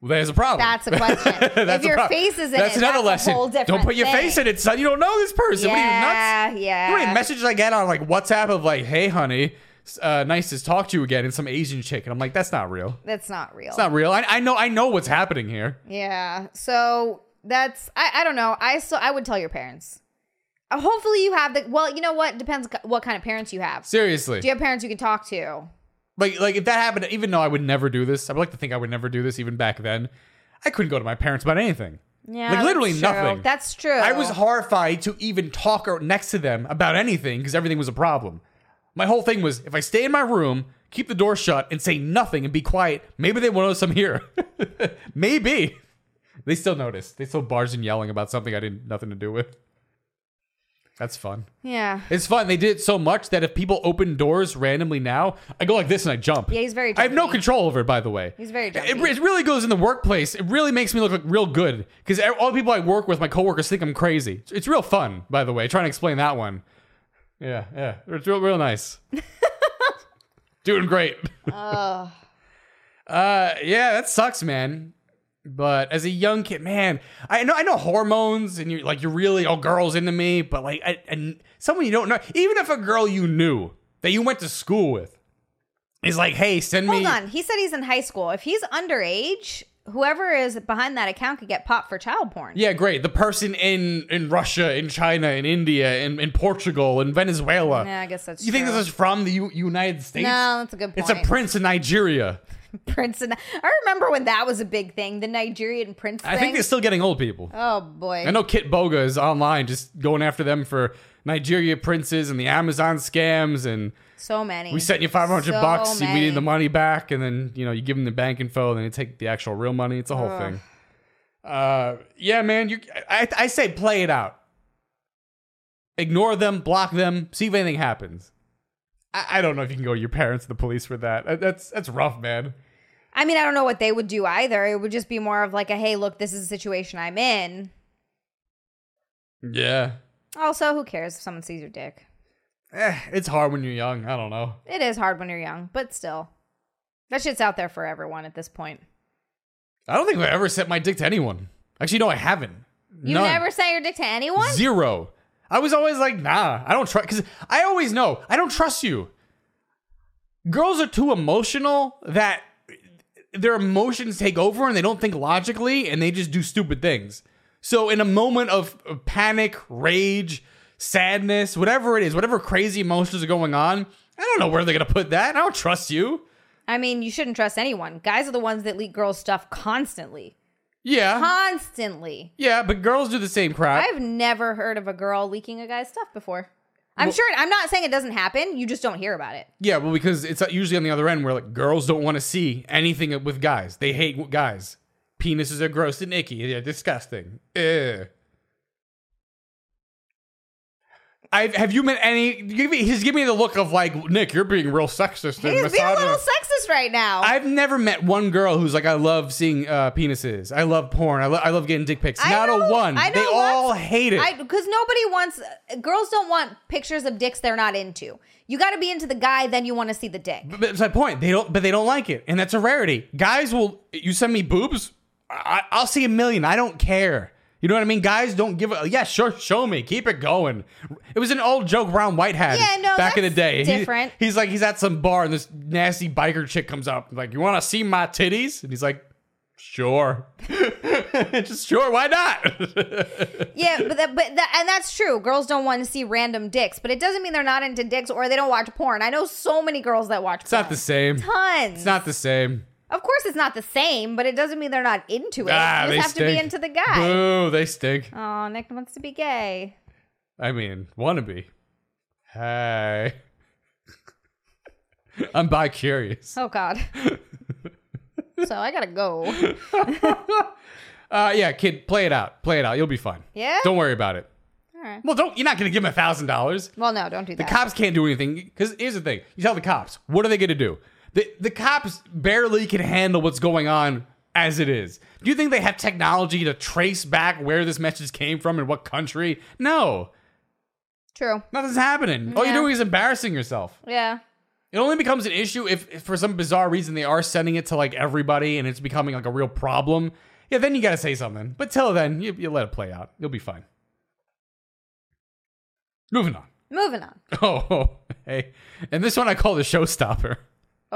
well, there's a problem. That's a question. if a your problem. face is in that's it, another that's lesson. A whole different don't put your thing. face in it, son. You don't know this person. What are you nuts? Yeah. Yeah. How many messages I get on like WhatsApp of like, "Hey, honey, uh, nice to talk to you again," and some Asian chick, and I'm like, "That's not real. That's not real. It's not real. I, I know. I know what's happening here." Yeah. So that's I, I don't know. I still I would tell your parents. Uh, Hopefully you have the well, you know what? Depends c- what kind of parents you have. Seriously, Do you have parents you can talk to? like like if that happened, even though I would never do this, I would like to think I would never do this even back then. I couldn't go to my parents about anything. Yeah. like that's literally true. nothing. That's true. I was horrified to even talk or next to them about anything because everything was a problem. My whole thing was if I stay in my room, keep the door shut, and say nothing and be quiet, maybe they will notice I'm here. maybe. They still noticed. They still barged in yelling about something I didn't nothing to do with. That's fun. Yeah. It's fun. They did it so much that if people open doors randomly now, I go like this and I jump. Yeah, he's very I have no jumpy. control over it, by the way. He's very It- It, jumpy. it really goes in the workplace. It really makes me look like real good because all the people I work with, my coworkers, think I'm crazy. It's, it's real fun, by the way. Trying to explain that one. Yeah, yeah. It's real, real nice. Doing great. uh, yeah, that sucks, man. But as a young kid, man, I know I know hormones, and you're like you're really all girls into me. But like, I, and someone you don't know, even if a girl you knew that you went to school with is like, hey, send Hold me. on. He said he's in high school. If he's underage, whoever is behind that account could get popped for child porn. Yeah, great. The person in in Russia, in China, in India, in, in Portugal, in Venezuela. Yeah, I guess that's you think true. this is from the U- United States? No, that's a good It's a point. prince in Nigeria. Prince and I remember when that was a big thing, the Nigerian prince I think thing. they're still getting old people. oh boy. I know Kit Boga is online just going after them for Nigeria princes and the Amazon scams and so many. we sent you 500 So bucks, you- we many. need the money back and then, you know, you give them the bank info and then they take the actual real money. It's a whole thing. Uh, yeah, man, you I, I say play it out. Ignore them, block them, see if anything happens. I, I don't know if you can go to your parents or the police for that. That- That's that's rough, man. I mean, I don't know what they would do either. It would just be more of like a hey, look, this is a situation I'm in. Yeah. Also, who cares if someone sees your dick? Eh, it's hard when you're young. I don't know. It is hard when you're young, but still. That shit's out there for everyone at this point. I don't think I've ever sent my dick to anyone. Actually, no, I haven't. You None. never sent your dick to anyone? Zero. I was always like, nah, I don't trust. Because I always know, I don't trust you. Girls are too emotional that their emotions take over and they don't think logically and they just do stupid things. So, in a moment of of panic, rage, sadness, whatever it is, whatever crazy emotions are going on, I don't know where they're going to put that. I don't trust you. I mean, you shouldn't trust anyone. Guys are the ones that leak girls' stuff constantly. Yeah. Constantly. Yeah, but girls do the same crap. I've never heard of a girl leaking a guy's stuff before. I'm sure, I'm not saying it doesn't happen. You just don't hear about it. Yeah, well, because it's usually on the other end where like girls don't want to see anything with guys. They hate guys. Penises are gross and icky. They're disgusting. Ugh. I've, have you met any? Give me, he's giving me the look of like Nick. You're being real sexist and He's being a little misogynist. sexist right now. I've never met one girl who's like, I love seeing uh, penises. I love porn. I, lo- I love getting dick pics. I Not know- a one. I they know all lots- hate it. I because nobody wants girls don't want pictures of dicks they're not into. You got to be into the guy, then you want to see the dick. But that's my point. They don't, but they don't like it, and that's a rarity. Guys will. You send me boobs, I, I'll see a million. I don't care. You know what I mean? Guys don't give a yeah. Sure, show me. Keep it going. It was an old joke Brown White had Yeah, no, back in the that's day. He- different. he's like he's at some bar and this nasty biker chick comes up like, "You want to see my titties?" And he's like, "Sure, just sure. Why not?" Yeah, but that, but that, and that's true. Girls don't want to see random dicks, but it doesn't mean they're not into dicks or they don't watch porn. I know so many girls that watch. it's not the same. Tons. It's not the same. of course, it's not the same, but it doesn't mean they're not into it. Ah, you they just have stink. to be into the guy. Boo, they stink. Oh, Nick wants to be gay. I mean, wannabe. Hey. I'm bi curious. Oh God. so I gotta go. Uh, yeah, kid, play it out. Play it out. You'll be fine. Yeah? Don't worry about it. Alright. Well, don't. You're not gonna give him a thousand dollars. Well, no, don't do that. The cops can't do anything. Because here's the thing: you tell the cops, what are they gonna do? The the cops barely can handle what's going on as it is. Do you think they have technology to trace back where this message came from and what country? No, True. nothing's happening. All you're Yeah. doing is embarrassing yourself. Yeah. It only becomes an issue if, if for some bizarre reason they are sending it to like everybody and it's becoming like a real problem. Yeah, then you gotta say something. But till then, you, you let it play out. You'll be fine. Moving on. Moving on. Oh, hey. And this one I call the showstopper.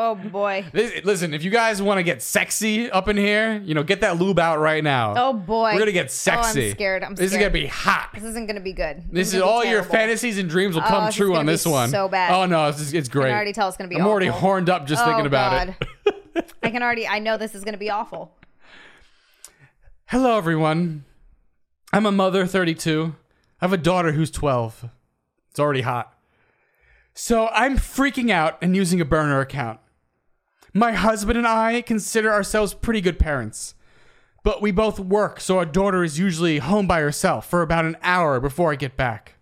Oh boy. This, listen, if you guys want to get sexy up in here, you know, get that lube out right now. Oh, boy. We're gonna get Oh, I'm sexy. scared. I'm This is gonna scared. be hot. This isn't gonna be good. This is gonna be all your terrible. Oh, fantasies and dreams will come this is true gonna on be this one. so bad. Oh no, it's, it's great. I can already tell it's gonna be. I'm already awful. horned up just Oh, thinking about it. God. I can already. I know this is gonna be awful. Hello, everyone. I'm a mother, 32. I have a daughter who's 12. It's already hot. So I'm freaking out and using a burner account. My husband and I consider ourselves pretty good parents, but we both work, so our daughter is usually home by herself for about an hour before I get back.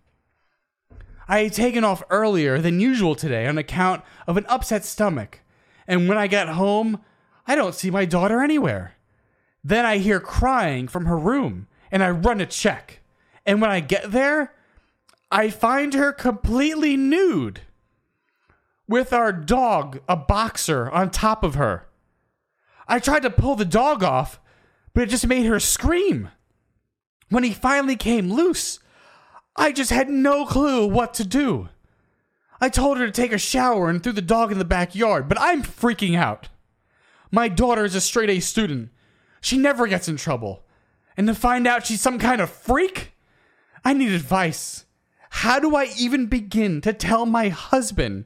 I had taken off earlier than usual today on account of an upset stomach, and when I got home, I don't see my daughter anywhere. Then I hear crying from her room and I run to check. And when I get there, I find her completely nude with our dog, a boxer, on top of her. I tried to pull the dog off, but it just made her scream. When he finally came loose, I just had no clue what to do. I told her to take a shower and threw the dog in the backyard, but I'm freaking out. My daughter is a straight A student. She never gets in trouble. And to find out she's some kind of freak? I need advice. How do I even begin to tell my husband?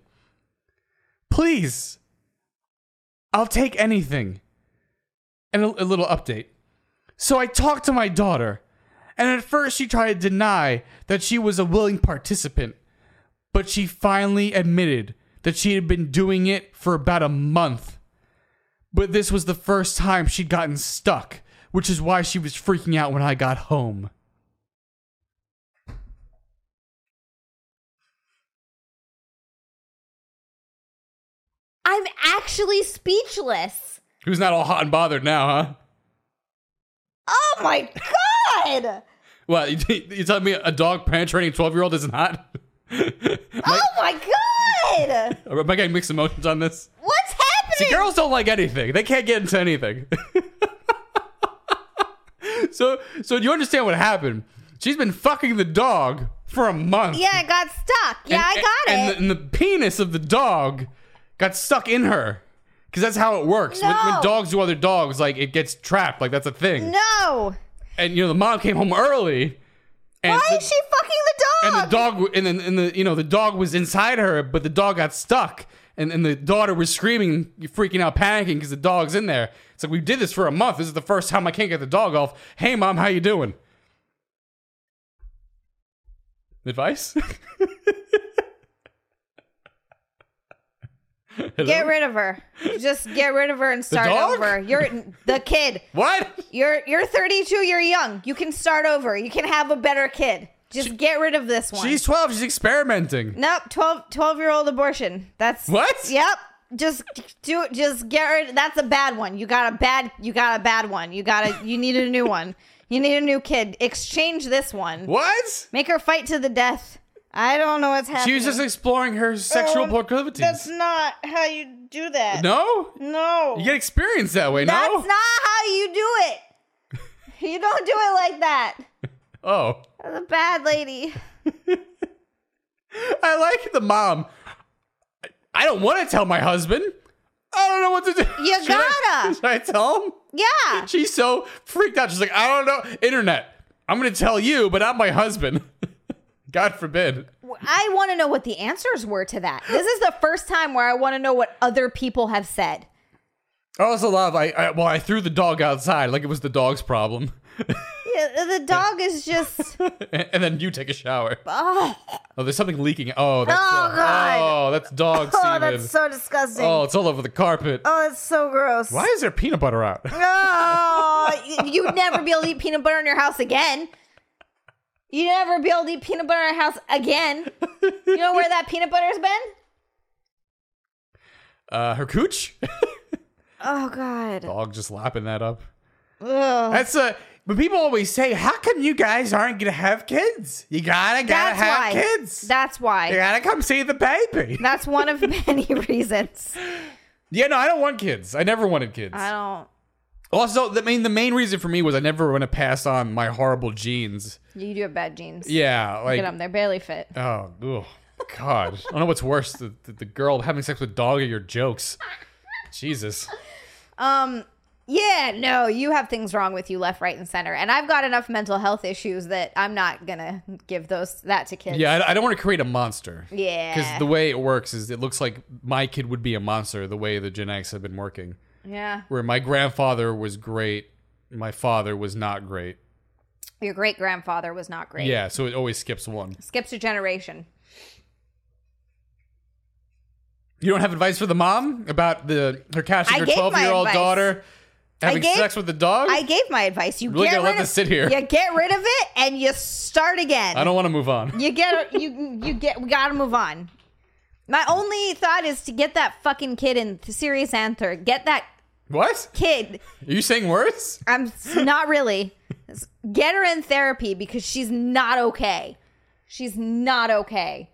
Please. I'll take anything. And a, a little update. So I talked to my daughter, and at first she tried to deny that she was a willing participant, but she finally admitted that she had been doing it for about a month but this was the first time she'd gotten stuck, which is why she was freaking out when I got home. I'm actually speechless. Who's not all hot and bothered now, huh? Oh my god. What, you, you telling me a dog penetrating 12 year old isn't hot? Oh my god. Am I getting mixed emotions on this? What's See, happening? girls don't like anything. They can't get into anything. so, so do you understand what happened? She's been fucking the dog for a month. Yeah, it got stuck. Yeah, And- I got and it. The, and the penis of the dog got stuck in her. Because that's how it works. When, when No. dogs do other dogs, like it gets trapped. Like that's a thing. no. And you know, the mom came home early. And Why the, is she fucking the And dog? the dog, w- and then and the you know the dog was inside her, but the dog got stuck. And, and the daughter was screaming, freaking out, panicking because the dog's in there. It's like we did this for a month. This is the first time I can't get the dog off. Hey, mom, how you doing? Advice? Hello? Get rid of her. Just get rid of her and start dog? over. You're the kid. What? You're you're 32. You're young. You can start over. You can have a better kid. Just get rid of this one. She's 12. She's experimenting. nope. 12 12 year old abortion. That's What? Yep. Just do. Just get rid. That's a bad one. You got a bad. You got a bad one. You got a. You need a new one. You need a new kid. Exchange this one. What? Make her fight to the death. I don't know what's She happening. was just exploring her sexual Um, That's proclivities. not how you do that. No? No. You get experience that way, That's no? not how you do it. you don't do it like that. Oh. That's a bad lady. I like the mom. I don't want to tell my husband. I don't know what to do. You Should I- gotta. should I tell him? Yeah. She's so freaked out. She's like, I don't know. Internet. I'm going to tell you, but not my husband. God forbid. I want to know what the answers were to that. This is the first time where I want to know what other people have said. I also love, I, I well, I threw the dog outside like it was the dog's problem. Yeah, the dog is just. and, and then you take a shower. Oh, Oh, there's something leaking. Oh, that's, Oh, uh, God. oh, that's dog oh, semen. that's Oh. so disgusting. oh, Oh, it's all over the carpet. that's so gross. Why is there peanut butter out? Oh, you- you'd never be able to eat peanut butter in your house again. You'd never be able to eat peanut butter in your house again. You know where that peanut butter's been? Uh, her cooch? Oh God. Dog just lapping that up. Ugh. That's a. But people always say, "How come you guys aren't gonna have kids? You gotta gotta That's have why. kids. That's why. you gotta come see the baby." That's one of many reasons. yeah, no, I don't want kids. I never wanted kids. I don't. Also, the main the main reason for me was I never want to pass on my horrible genes. You do have bad genes. Yeah, like Get them. They're barely fit. oh, ugh. God, I don't know what's worse: the, the, the girl having sex with dog or your jokes. Jesus. Um, yeah, no, you have things wrong with you left, right, and center. And I've got enough mental health issues that I'm not gonna give those that to kids. Yeah, I, I don't want to create a monster. Yeah. Because the way it works is, it looks like my kid would be a monster the way the genetics have been working. Yeah. Where my grandfather was great, my father was not great. Your great grandfather was not great. Yeah, so it always skips one. Skips a generation. You don't have advice for the mom about the her catching I her gave my twelve year old advice. daughter having gave- sex with the dog? I I, gave my advice. You Really get gotta rid let of, this sit here. You get rid of it and you start again. don't want to move on. You get you you get we gotta move on. My only thought is to get that fucking kid in th- serious answer. Get that What? kid. Are you saying words? I'm s- not really. Get her in therapy because she's not okay. She's not okay.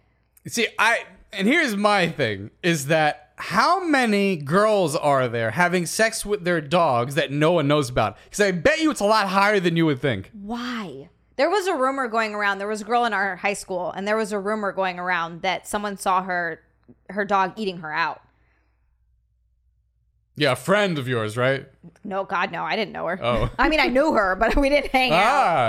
See, I and here's my thing is that how many girls are there having sex with their dogs that no one knows about? Because I bet you it's a lot higher than you would think. Why? There was a rumor going around. There was a girl in our high school, and there was a rumor going around that someone saw her her dog eating her out. Yeah, a friend of yours, right? No, God, no, I didn't know her. Oh. I mean, I knew her, but we didn't hang out.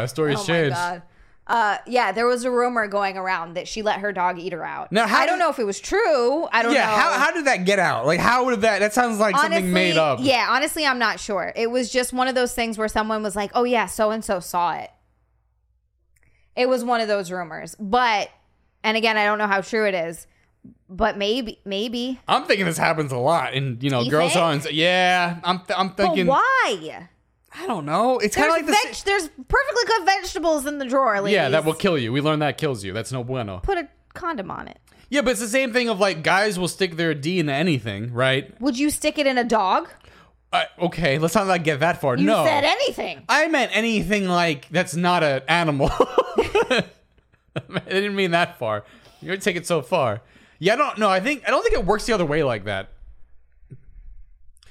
Ah, story's Oh my changed. God. Uh, yeah, there was a rumor going around that she let her dog eat her out. Now, how I don't did- know if it was true. I don't Yeah, know. how, how did that get out? Like, how would that? That sounds like something made up. Yeah, honestly, I'm not sure. It was just one of those things where someone was like, "Oh yeah, so and so saw it." It was one of those rumors, but and again, I don't know how true it is, but maybe, maybe. I'm thinking this happens a lot, and you know, You girls think? on. Yeah, I'm. Th- I'm thinking. but why? I don't know. It's kind There's of like the. veg- there's perfectly good vegetables in the drawer. Ladies. yeah, that will kill you. We learned that kills you. That's no bueno. put a condom on it. Yeah, but it's the same thing of like guys will stick their D into anything, right? Would you stick it in a dog? Uh, okay, let's not like get that far. You no, said anything. I meant anything like that's not an animal. I didn't mean that far. You would take it so far. Yeah, I don't know. I think I don't think it works the other way like that.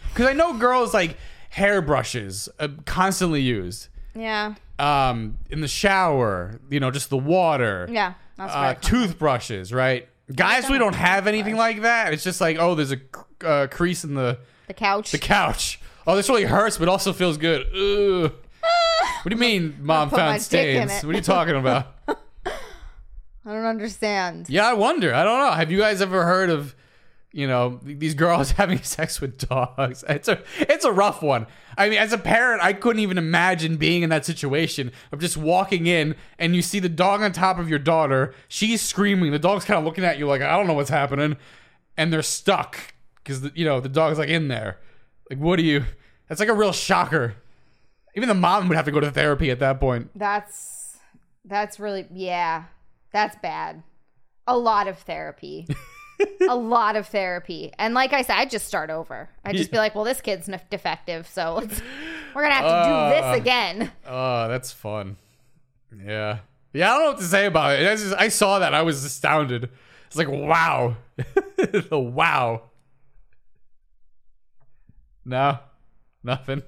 Because I know girls like hairbrushes uh, constantly used Yeah, um, in the shower. You know, just the water. yeah. That's uh, right. toothbrushes, right? Guys, we don't have anything like that. It's just like, oh, there's a uh, crease in the the couch. the couch. Oh, this really hurts, but also feels good. Ugh. What do you mean, mom put my found dick in stains? it. What are you talking about? I don't understand. yeah, I wonder. I don't know. Have you guys ever heard of, you know, these girls having sex with dogs? It's a it's a rough one. I mean, as a parent, I couldn't even imagine being in that situation of just walking in and you see the dog on top of your daughter. She's screaming. The dog's kind of looking at you like, I don't know what's happening, and they're stuck because you know the dog's like in there. Like, what do you? That's like a real shocker. Even the mom would have to go to therapy at that point. That's that's really yeah. That's bad. A lot of therapy. a lot of therapy. And like I said, I just start over. I just be like, well, this kid's nef- defective, so let's, we're gonna have to do Uh. this again. Oh, that's fun. Yeah. Yeah, I don't know what to say about it. I, just, I saw that. I was astounded. It's like, wow. the wow. No, nothing.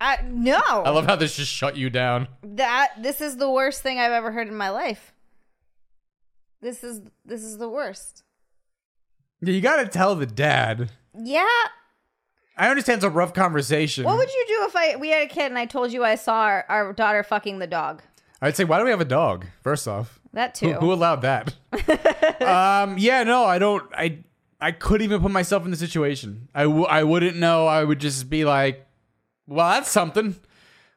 I, no, I love how this just shut you down. that this is the worst thing I've ever heard in my life. This is this is the worst. Yeah, you got to tell the dad. Yeah. I understand it's a rough conversation. What would you do if I we had a kid and I told you I saw our, our daughter fucking the dog? I'd say, why do we have a dog? First off, That who, too. who allowed that? um, yeah, no, I don't. I I couldn't even put myself in the situation. I w- I wouldn't know. I would just be like, well, that's something.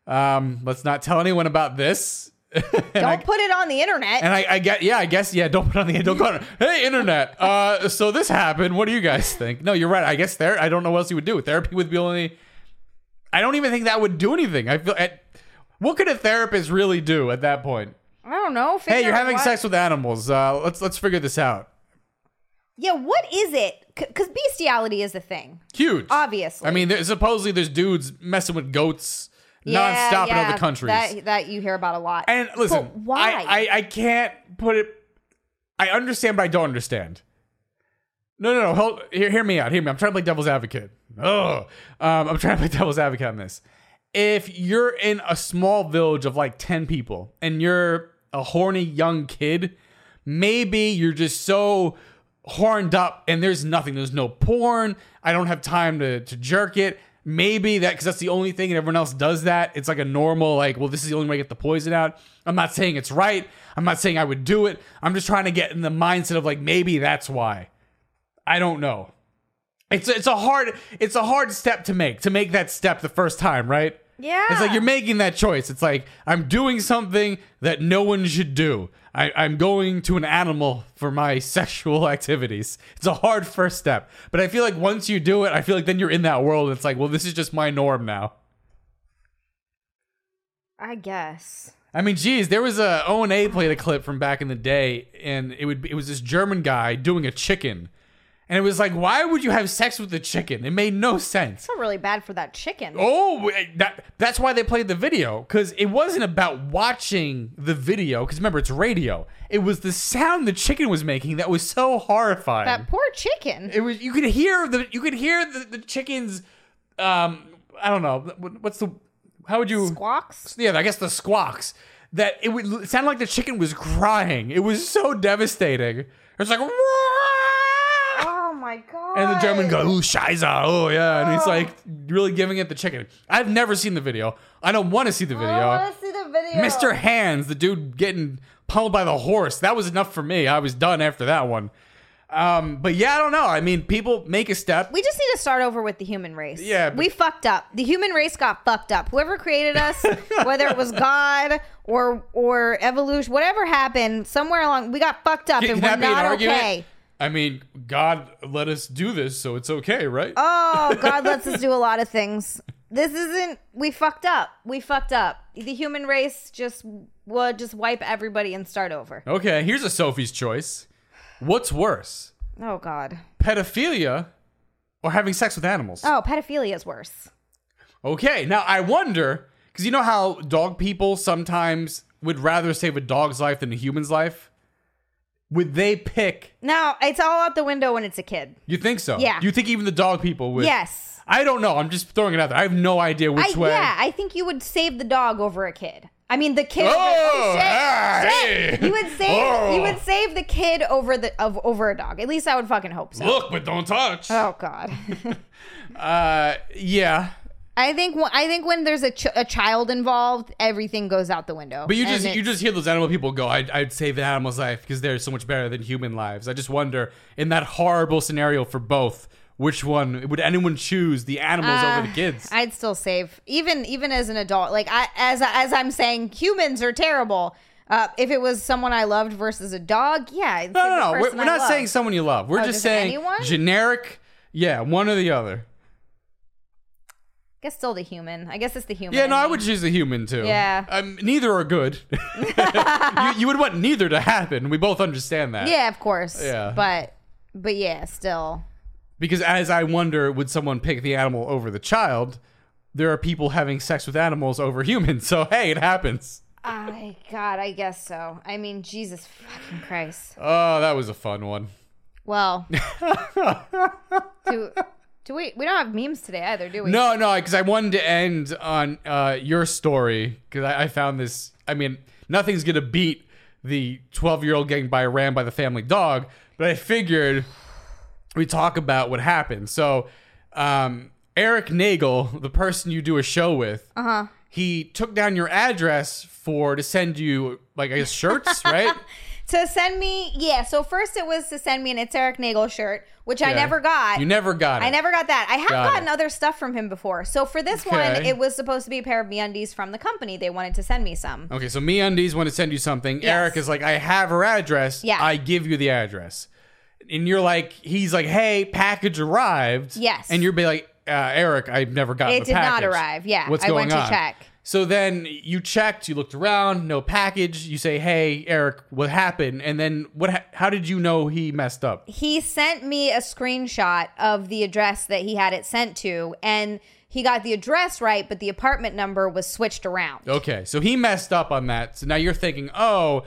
Um, let's not tell anyone about this. Don't put it on the internet. And I, I get, yeah, I guess, yeah. Don't put on the don't go on. Hey, internet. Uh, so this happened. What do you guys think? No, you're right. I guess there. I don't know what else you would do. Therapy would be only. I don't even think that would do anything. I feel. At, what could a therapist really do at that point? I don't know. Hey, figure you're out having what- sex with animals. Uh, let's let's figure this out. Yeah, what is it? Because bestiality is a thing, Huge. obviously. I mean, there, supposedly there's dudes messing with goats Yeah, nonstop in yeah, other countries. That, that you hear about a lot. and listen, But why? I, I I can't put it. I understand, but I don't understand. No, no, no. Hold, hear, hear me out. Hear me. I'm trying to play devil's advocate. Oh, um, I'm trying to play devil's advocate on this. If you're in a small village of like ten people and you're a horny young kid, Maybe you're just so horned up and there's nothing. There's no porn. I don't have time to, to jerk it. Maybe that because that's the only thing and everyone else does that. It's like a normal, like, well, this is the only way to get the poison out. I'm not saying it's right. I'm not saying I would do it. I'm just trying to get in the mindset of like, maybe that's why. I don't know. It's it's a hard it's a hard step to make to make that step the first time, right? Yeah. It's like you're making that choice. It's like I'm doing something that no one should do. I, I'm going to an animal for my sexual activities. It's a hard first step, but I feel like once you do it, I feel like then you're in that world. It's like, well, this is just my norm now. I guess. I mean, geez, there was a O and A played a clip from back in the day, and it would be- it was this German guy doing a chicken, and it was like, why would you have sex with a chicken? It made no sense. I feel really bad for that chicken. Oh, that that's why they played the video because it wasn't about watching the video. Because remember, it's radio. It was the sound the chicken was making that was so horrifying. That poor chicken. it was you could hear the you could hear the, the chicken's um I don't know what- what's the how would you Squawks. yeah, I guess the squawks that it would it sounded like the chicken was crying. It was so devastating. It's like, "Wah!" Oh my god. and the German goes, "Ooh, Scheiße!" Oh yeah, and he's like really giving it the chicken. I've never seen the video. I don't want to see the video. to see the video. Mr. Hands, the dude getting pummeled by the horse, that was enough for me. I was done after that one. Um, but yeah, I don't know. I mean, people make a step. We just need to start over with the human race. Yeah, but- we fucked up. The human race got fucked up. Whoever created us, whether it was God or or evolution, whatever happened somewhere along, we got fucked up, and we're that be an not argument? okay. I mean, God let us do this, so it's okay, right? Oh, God lets us do a lot of things. This isn't. We fucked up. We fucked up. The human race just would just wipe everybody and start over. Okay, here's a Sophie's choice. What's worse, Oh God. pedophilia or having sex with animals? Oh, pedophilia is worse. Okay, now I wonder because you know how dog people sometimes would rather save a dog's life than a human's life. Would they pick? No, it's all out the window when it's a kid. You think so? Yeah. You think even the dog people would? Yes. I don't know. I'm just throwing it out there. I have no idea I, which way. yeah, I think you would save the dog over a kid. I mean, the Oh, kid. over- shit, ah, shit. hey. You would save. Oh. You would save the kid over the of over a dog. At least I would fucking hope so. Look, but don't touch. Oh God. Uh, yeah. I think wh- I think when there's a, ch- a child involved, everything goes out the window. But you And just you it's- just hear those animal people go, I'd, I'd save the animal's life because they're so much better than human lives. I just wonder, in that horrible scenario for both, which one would anyone choose? The animals over Uh, the kids? I'd still save even even as an adult. Like I as as I'm saying, humans are terrible. Uh, if it was someone I loved versus a dog, yeah. I'd no, save the no, no. We're, person we're I not love. saying someone you love. We're just just saying anyone? generic. Yeah, one or the other. I guess still the human. I guess it's the human. Yeah, no, I mean. would choose the human too. Yeah. um, neither are good. you, you would want neither to happen. We both understand that. Yeah, of course. Yeah. But but yeah, still. Because as I wonder, would someone pick the animal over the child? There are people having sex with animals over humans. So hey, it happens. I God, I guess so. I mean, Jesus fucking Christ. Oh, that was a fun one. Well, do do we we don't have memes today either, do we? No, no, because I wanted to end on uh, your story because I, I found this. I mean, nothing's gonna beat the twelve-year-old getting by ran by the family dog, but I figured we talk about what happened. So, um, Eric Nagel, the person you do a show with, uh-huh. he took down your address for to send you like I guess shirts, right? To send me, yeah. So first it was to send me an It's Eric Nagel shirt, which I Yeah. never got. You never got it. I never got that. I have Got gotten it. other stuff from him before. So for this one, Okay. it was supposed to be a pair of MeUndies from the company. They wanted to send me some. Okay, so me undies want to send you something. Yes. Eric is like, I have her address. Yeah. I give you the address. And you're like, he's like, hey, package arrived. Yes. And you're be like, uh, Eric, I've never gotten It a did not package. arrive. Yeah, What's I going went to on? check. So then you checked, you looked around, no package. You say, hey, Eric, what happened? And then what? Ha- how did you know he messed up? he sent me a screenshot of the address that he had it sent to and he got the address right but the apartment number was switched around Okay, so he messed up on that. So now you're thinking, oh,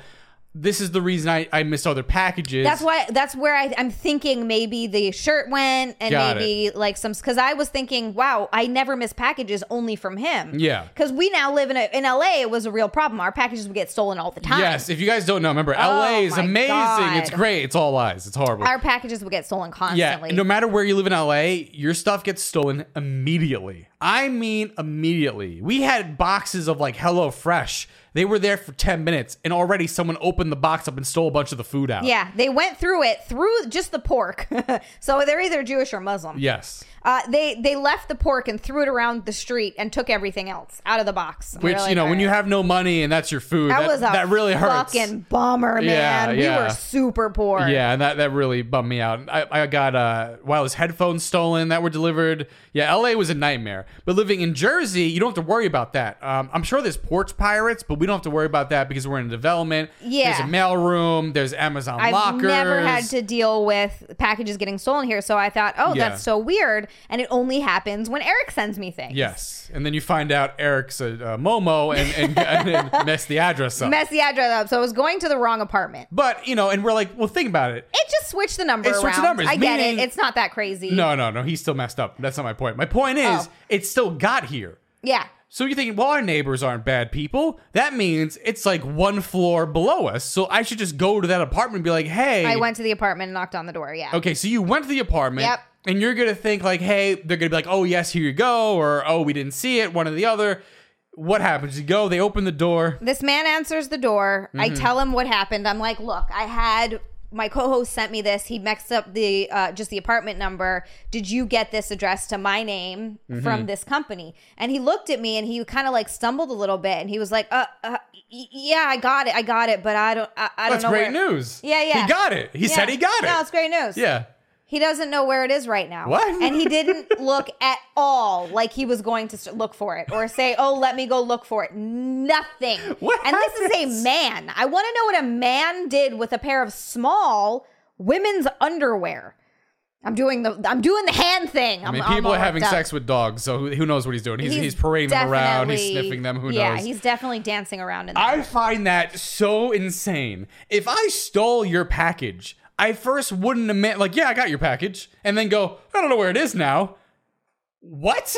this is the reason I, I missed other packages. That's why. That's where I, I'm thinking maybe the shirt went, and Got maybe like some. Because I was thinking, wow, I never miss packages only from him. Yeah. Because we now live in a, in LA. It was a real problem. Our packages would get stolen all the time. Yes, if you guys don't know, remember LA is Oh my amazing. God. It's great. It's all lies. It's horrible. Our packages would get stolen yeah, constantly. no matter where you live in LA, your stuff gets stolen immediately. I mean, immediately. We had boxes of like Hello Fresh. They were there for 10 minutes and already someone opened the box up and stole a bunch of the food out. yeah, they went through it through just the pork. so they're either Jewish or Muslim. Yes. Uh, they they left the pork and threw it around the street and took everything else out of the box. And we Which, were like, you know, "All when you right." have no money and that's your food, that, that, was a that really hurts. fucking bummer, man. Yeah, yeah. We were super poor. Yeah, and that, that really bummed me out. I, I got uh, wireless headphones stolen that were delivered. Yeah, LA was a nightmare. But living in Jersey, you don't have to worry about that. Um, I'm sure there's porch pirates, but we don't have to worry about that because we're in development. Yeah. There's a mailroom, there's Amazon I've lockers. never had to deal with packages getting stolen here, so I thought, oh, Yeah. that's so weird. And it only happens when Eric sends me things. Yes. And then you find out Eric's a, a Momo and, and, and, mess the address up. Mess the address up, so I was going to the wrong apartment. but, you know, and we're like, well, think about it. It just switched the number It around. switched the numbers, I get it. meaning- It's not that crazy. No, no, no. He's still messed up. That's not my point. My point is, Oh. it still got here. Yeah. So you're thinking, well, our neighbors aren't bad people. That means it's like one floor below us. So I should just go to that apartment and be like, hey. I went to the apartment and knocked on the door. Yeah. Okay, so you went to the apartment. Yep. And you're going to think, like, hey, they're going to be like, oh, yes, here you go. Or, oh, we didn't see it, one or the other. What happens? You go, they open the door. This man answers the door. I Mm-hmm. tell him what happened. I'm like, look, I had my co-host sent me this. He mixed up the uh, just the apartment number. Did you get this address to my name Mm-hmm. from this company? And he looked at me and he kind of like stumbled a little bit and he was like, uh, uh y- yeah, I got it, I got it, but I don't, I, I don't That's know. great where- news. Yeah, yeah. He got it. He Yeah. said he got it. No, it's great news. yeah. He doesn't know where it is right now. What? And he didn't look at all like he was going to s- look for it or say, "Oh, let me go look for it." Nothing. What and this is a happens? man. I want to know what a man did with a pair of small women's underwear. I'm doing the I'm doing the hand thing. I'm, I mean, I'm people all are having worked up. sex with dogs, so who, who knows what he's doing? He's, he's, parading them around, he's definitely- sniffing them, who yeah, knows? he's definitely dancing around in there. I find that so insane. If I stole your package, I first wouldn't admit, like, yeah, I got your package, and then go, I don't know where it is now. What?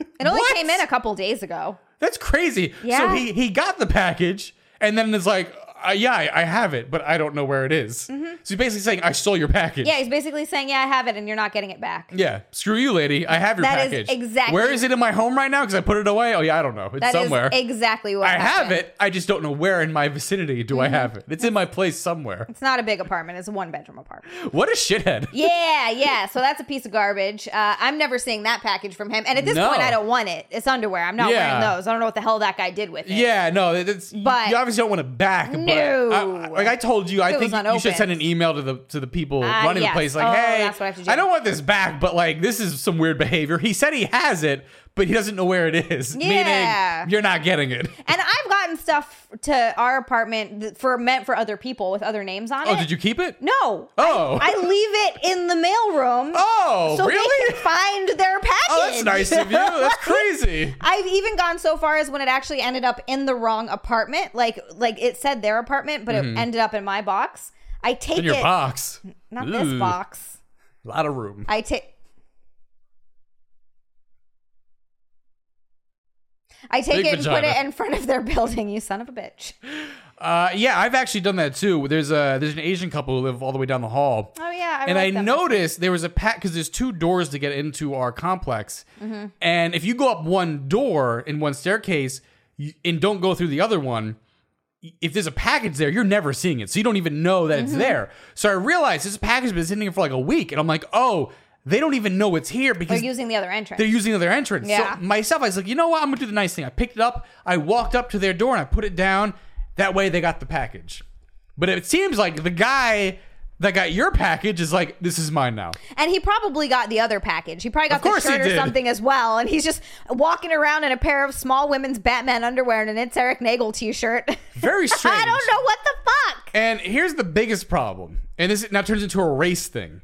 it only What? came in a couple days ago. That's crazy. So Yeah. he he got the package, and then it's like, uh, yeah, I, I have it, but I don't know where it is. So he's basically saying, I stole your package. Mm-hmm. Yeah, he's basically saying, "Yeah, I have it, and you're not getting it back." Yeah, screw you, lady. I have your That is package. exactly- Where is it in my home right now? Because I put it away. Oh yeah, I don't know. It's That is somewhere. exactly what I have happened. it. I just don't know where in my vicinity do I have it. It's in my place somewhere. It's not a big apartment. It's a one bedroom apartment. What a shithead. Yeah, yeah. So that's a piece of garbage. Uh, I'm never seeing that package from him. And at this No. point, I don't want it. It's underwear. I'm not Yeah. wearing those. I don't know what the hell that guy did with it. Yeah, no, it's, But- you obviously don't want to back. but No. I- I- like I told you, I It was think you should unopened. send an email to the to the people Ah, running yes. the place, like, Oh, hey, that's what I have to do." don't want this back, but like this is some weird behavior. He said he has it, but he doesn't know where it is. Yeah. Meaning you're not getting it. And I've gotten stuff to our apartment that for meant for other people with other names on it. Oh, did you keep it? No. Oh. I, I leave it in the mailroom. Oh, so really? they can find their package. Oh, that's nice of you. That's crazy. I've even gone so far as when it actually ended up in the wrong apartment. Like like it said their apartment, but it ended up in my box. I Mm-hmm. take In your it box. not this Ooh. box. A lot of room. I take. I take Big it and put it vagina. in front of their building, you son of a bitch. Uh, yeah, I've actually done that too. There's a there's an Asian couple who live all the way down the hall. Oh, yeah. I and read I them. noticed there was a pack because there's two doors to get into our complex, Mm-hmm. and if you go up one door in one staircase you, and don't go through the other one, y- if there's a package there, you're never seeing it, so you don't even know that Mm-hmm. it's there. So I realized this package has been sitting here for like a week, and I'm like, oh, they don't even know it's here They're because using the other entrance. they're using their entrance. Yeah. So myself, I was like, you know what? I'm gonna do the nice thing. I picked it up, I walked up to their door, and I put it down. That way, they got the package. But it seems like the guy that got your package is like, this is mine now. and he probably got the other package. He probably got Of the course he shirt or did. something as well. And he's just walking around in a pair of small women's Batman underwear and an It's Eric Nagel t shirt. Very strange. I don't know what the fuck. And here's the biggest problem, and this now turns into a race thing.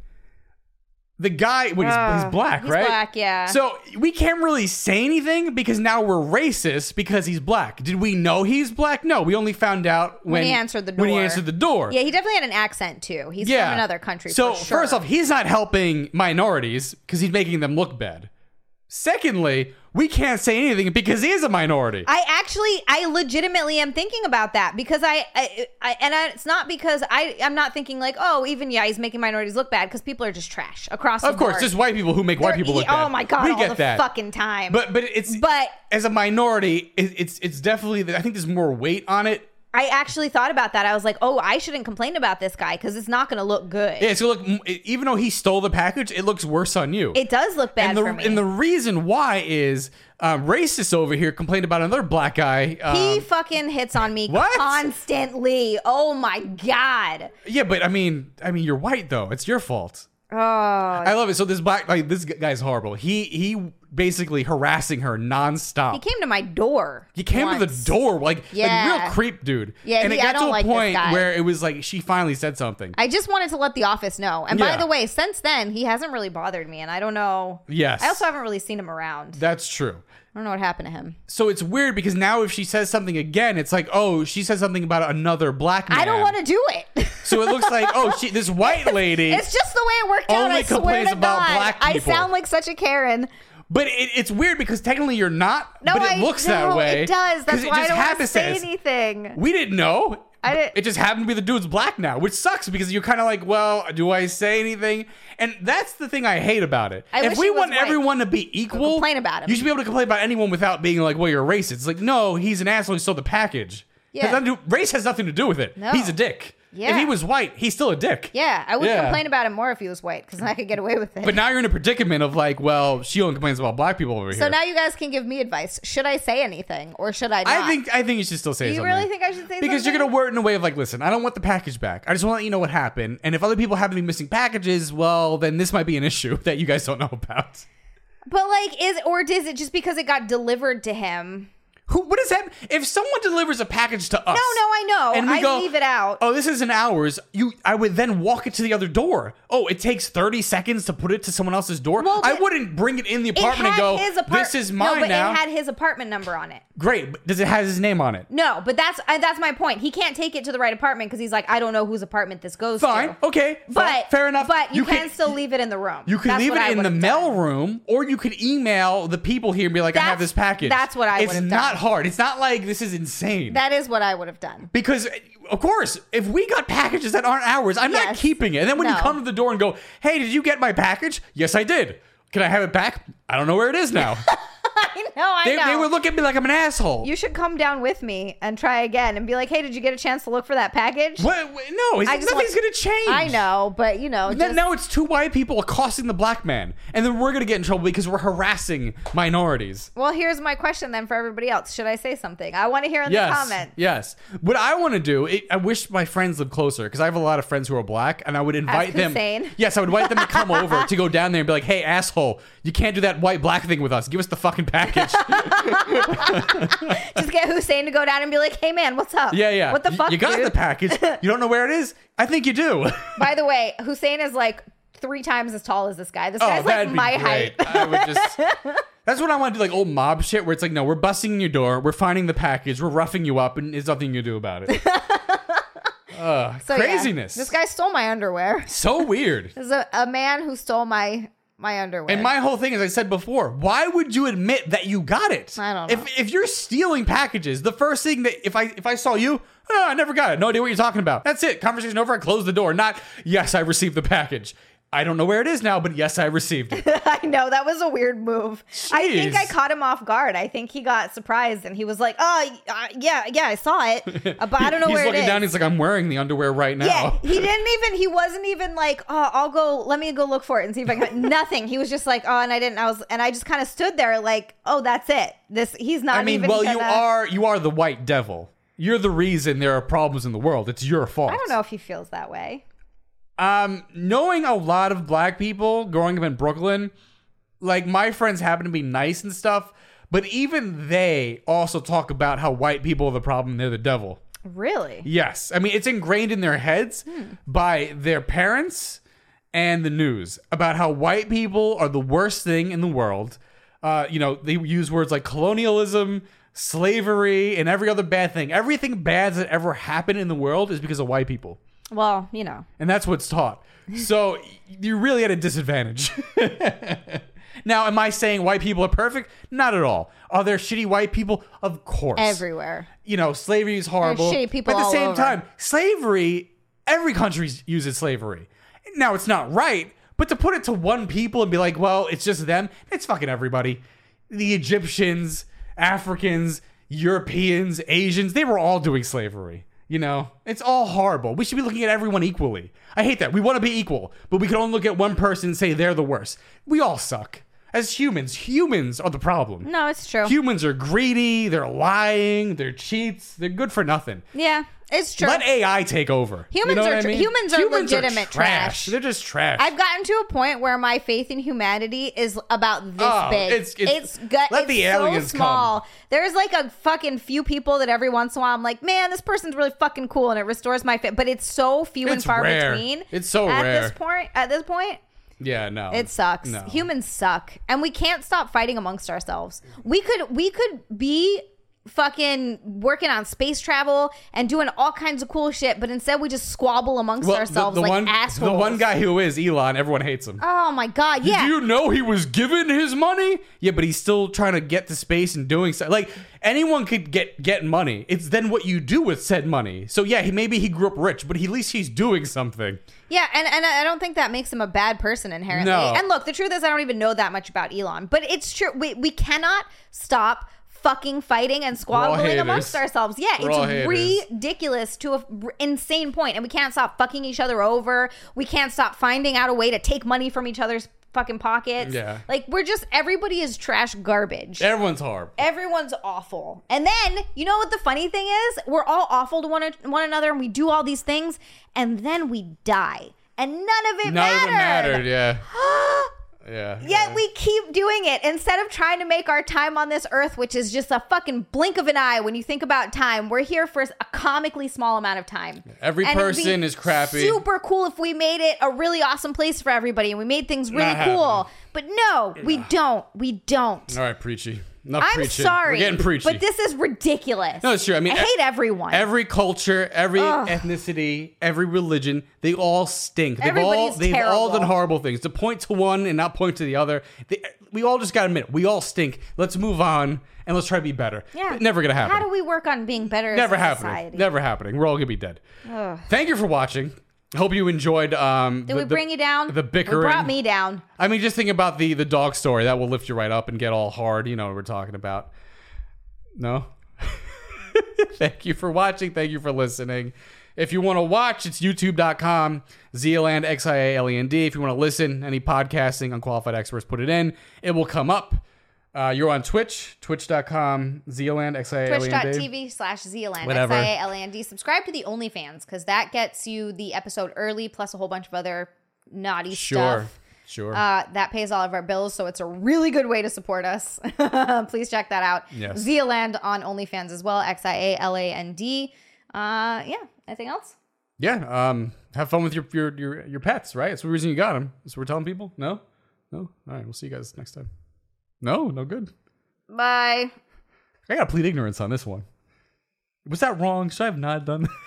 The guy, wait, he's, Ah, he's black, Uh, he's right? black, yeah. So we can't really say anything because now we're racist because he's black. Did we know he's black? No, we only found out when, When he answered the When he door. answered the door. Yeah, he definitely had an accent too. He's Yeah. from another country. So for sure. first off, he's not helping minorities because he's making them look bad. Secondly, we can't say anything because he is a minority. I actually, I legitimately am thinking about that because I, I, I and I, it's not because I, I'm not thinking like, oh, even yeah, he's making minorities look bad because people are just trash across. the of course, board. just white people who make white They're- people look yeah, bad. Oh my god, we all get the that fucking time. But but it's But- as a minority, it, it's it's definitely I think there's more weight on it. I actually thought about that. I was like, oh, I shouldn't complain about this guy because it's not going to look good. Yeah, so look, m- even though he stole the package, it looks worse on you. it does look bad and the, for me. And the reason why is um, racist over here complained about another black guy. Um, he fucking hits on me What? constantly. Oh my god. yeah, but I mean, I mean, you're white though. It's your fault. Oh, I love it. So this black, like this guy's horrible. He he basically harassing her nonstop. he came to my door. He came to the once. door like like Yeah. real creep dude. Yeah, and it he- got I to don't a like this point guy. where it was like she finally said something. I just wanted to let the office know. And by Yeah. the way, since then, he hasn't really bothered me. And I don't know. Yes. I also haven't really seen him around. That's true. I don't know what happened to him. So it's weird because now if she says something again, it's like oh she says something about another black man. I don't want to do it. So it looks like oh she this white lady. it's just the way it worked out. Only I swear complains to about God. black I people. sound like such a Karen. But it, it's weird because technically you're not. No, but it I looks know, that way. It does. 'Cause That's it why I just don't want to happens say us. anything. We didn't know. I didn't- It just happened to be the dude's black now, which sucks because you're kind of like, well, do I say anything? And that's the thing I hate about it. I if wish we he was want white. everyone to be equal, complain about him. You should be able to complain about anyone without being like, well, you're racist. It's like, no, he's an asshole. He stole the package. Yeah. Has nothing to do- race has nothing to do with it. No. He's a dick. If Yeah. he was white, he's still a dick. Yeah, I would Yeah. complain about him more if he was white because I could get away with it. But now you're in a predicament of like, well, she only complains about black people over so here. now you guys can give me advice. Should I say anything or should I not? I think I think you should still say You something. really think I should say because you're something? gonna word in a way of like, listen, I don't want the package back. I just want to let you know what happened. And if other people happen to be missing packages, well, then this might be an issue that you guys don't know about. But like, is or is it just because it got delivered to him? Who? What is that? If someone delivers a package to us, No, no, I know. and we I go, leave it out. Oh, this isn't ours. You, I would then walk it to the other door. Oh, it takes thirty seconds to put it to someone else's door. Well, I the- wouldn't bring it in the It apartment and had go, his apart- "This is No, mine but now." it had his apartment number on it. Great, but does it has his name on it? No, but that's I, that's my point. He can't take it to the right apartment because he's like, I don't know whose apartment this goes Fine, to. okay, fa- But fair enough. But you, can, still you- leave it in the room. You could That's leave what I it in the would've done. mail room, or you could email the people here and be like, "I have That's- this package." that's what I It's would've not done. hard. It's not like this is insane. That is what I would have done. because of course, if we got packages that aren't ours, I'm not Yes. keeping it. And then when you No. come to the door and go, "Hey, did you get my package?" Yes, I did. Can I have it back? I don't know where it is now. I know. I they, know. they would look at me like I'm an asshole. you should come down with me and try again and be like, hey, did you get a chance to look for that package? what? what- No, it's, I just nothing's want- gonna change. I know, but you know, Then just, now it's two white people accosting the black man, and then we're gonna get in trouble because we're harassing minorities. Well, here's my question then for everybody else. Should I say something? I want to hear in the comments. Yes. What I want to do, it, I wish my friends lived closer because I have a lot of friends who are black, and I would invite them. Hussein. Yes, I would invite them to come over to go down there and be like, "Hey, asshole, you can't do that white black thing with us. Give us the fucking package." Just get Hussein to go down and be like, hey, man, what's up? yeah, yeah. What the You- fuck? You got dude? the package. You don't know where it is? I think you do. By the way, Hussein is like three times as tall as this guy. Oh, This guy's like my height. I would just. That's what I want to do, like old mob shit, where it's like, no, we're busting in your door, we're finding the package, we're roughing you up, and there's nothing you do about it. So, yeah. Craziness. this guy stole my underwear. so weird. This is a, a man who stole my my underwear. And my whole thing, as I said before, why would you admit that you got it? I don't know. If, if you're stealing packages, the first thing that if I if I saw you, oh, I never got it. No idea what you're talking about. That's it. Conversation over. I close the door. Not yes, I received the package. I don't know where it is now, but yes, I received it. I know that was a weird move. I Jeez. think I caught him off guard. I think he got surprised and he was like, "Oh, uh, yeah, yeah, I saw it, uh, but I don't know he's where it looking is." down. He's like, I'm wearing the underwear right now. yeah, he didn't even. He wasn't even like, "Oh, I'll go. Let me go look for it and see if I can." Nothing. He was just like, "Oh," and I didn't. I was, and I just kind of stood there like, "Oh, that's it. This. He's not." I mean, even well, you gonna- are you are the white devil. You're the reason there are problems in the world. It's your fault. I don't know if he feels that way. Um, knowing a lot of black people growing up in Brooklyn, like my friends happen to be nice and stuff, but even they also talk about how white people are the problem, they're the devil. Really? Yes. I mean, it's ingrained in their heads by their parents and the news about how white people are the worst thing in the world. Uh, you know, they use words like colonialism, slavery, and every other bad thing. Everything bad that ever happened in the world is because of white people. Well, you know. And that's what's taught. So you're really at a disadvantage. now, am I saying white people are perfect? Not at all. Are there shitty white people? Of course Everywhere. you know, slavery is horrible. shitty people but at the all same over. time, slavery, every country uses slavery. Now, it's not right, but to put it to one people and be like, well, it's just them, it's fucking everybody. The Egyptians, Africans, Europeans, Asians, they were all doing slavery. You know, it's all horrible. We should be looking at everyone equally. I hate that. We want to be equal, but we can only look at one person and say they're the worst. We all suck. As humans, humans are the problem. No, it's true. Humans are greedy, they're lying, they're cheats, they're good for nothing. yeah, it's true. Let AI take over. You Humans know are what I tr- mean? humans are legitimate trash. They're just trash. I've gotten to a point where my faith in humanity is about this Oh, big. it's- It's it's- let it's, it's the aliens so small. There's like a fucking few people that every once in a while I'm like, man, this person's really fucking cool, and it restores my faith. But it's so few and It's far rare. between. It's so at rare. this point. At this point, yeah, no. it sucks. No. Humans suck, and we can't stop fighting amongst ourselves. We could we could be fucking working on space travel and doing all kinds of cool shit, but instead we just squabble amongst Well, ourselves like one, assholes. The one guy who is Elon, everyone hates him. Oh my god! Yeah. Do you know he was given his money? Yeah, but he's still trying to get to space and doing stuff. Like anyone could get get money. It's then what you do with said money. So yeah, he, maybe he grew up rich, but at least he's doing something. Yeah, and, and I I don't think that makes him a bad person inherently. No. And look, the truth is, I don't even know that much about Elon, but it's true. We, we cannot stop fucking fighting and squabbling haters. amongst ourselves. Yeah, We're all it's haters. ridiculous to an insane point, and we can't stop fucking each other over. We can't stop finding out a way to take money from each other's fucking pockets. Yeah. Like, we're just, everybody is trash garbage. Everyone's horrible. Everyone's awful. And then, you know what the funny thing is? We're all awful to one, one another and we do all these things and then we die. And none of it None of it mattered. mattered. Yeah. yeah. Yet we keep doing it instead of trying to make our time on this earth, which is just a fucking blink of an eye when you think about time. We're here for a comically small amount of time. Every And it'd be person is crappy. Super cool if we made it a really awesome place for everybody and we made things really Not cool. But no, we don't. We don't. All right, preachy. Enough I'm preaching. sorry, We're getting preachy. but this is ridiculous. No, it's true. I mean, I e- hate everyone. every culture, every ethnicity, every religion, they all stink. They've all Everybody's they've all done terrible. horrible things. To point to one and not point to the other, they, we all just got to admit we all stink. Let's move on and let's try to be better. yeah, never gonna happen. How do we work on being better? Never as a happening. Society? Never happening. We're all gonna be dead. Thank you for watching. Hope you enjoyed. Um, Did we bring you down? The bickering. We brought me down. I mean, just think about the the dog story. That will lift you right up and get all hard. You know what we're talking about. No. Thank you for watching. Thank you for listening. If you want to watch, it's youtube.com, Zealand, X I A L E N D. If you want to listen, any podcasting, unqualified experts, put it in. It will come up. Uh, you're on Twitch, twitch.com, Zealand, X I A L E N D. Twitch.tv slash Zealand. Whatever. S-I-A-L-A-N-D. Subscribe to the OnlyFans because that gets you the episode early plus a whole bunch of other naughty Sure. stuff. Sure. Uh, that pays all of our bills, so it's a really good way to support us. Please check that out. Yes. Zealand on OnlyFans as well. X I A L A N D. Uh, yeah. Anything else? yeah. Um, have fun with your, your your your pets, right? That's the reason you got them. That's what we're telling people. No? No? All right. We'll see you guys next time. No, no good. Bye. I gotta plead ignorance on this one. Was that wrong? Should I have not done that?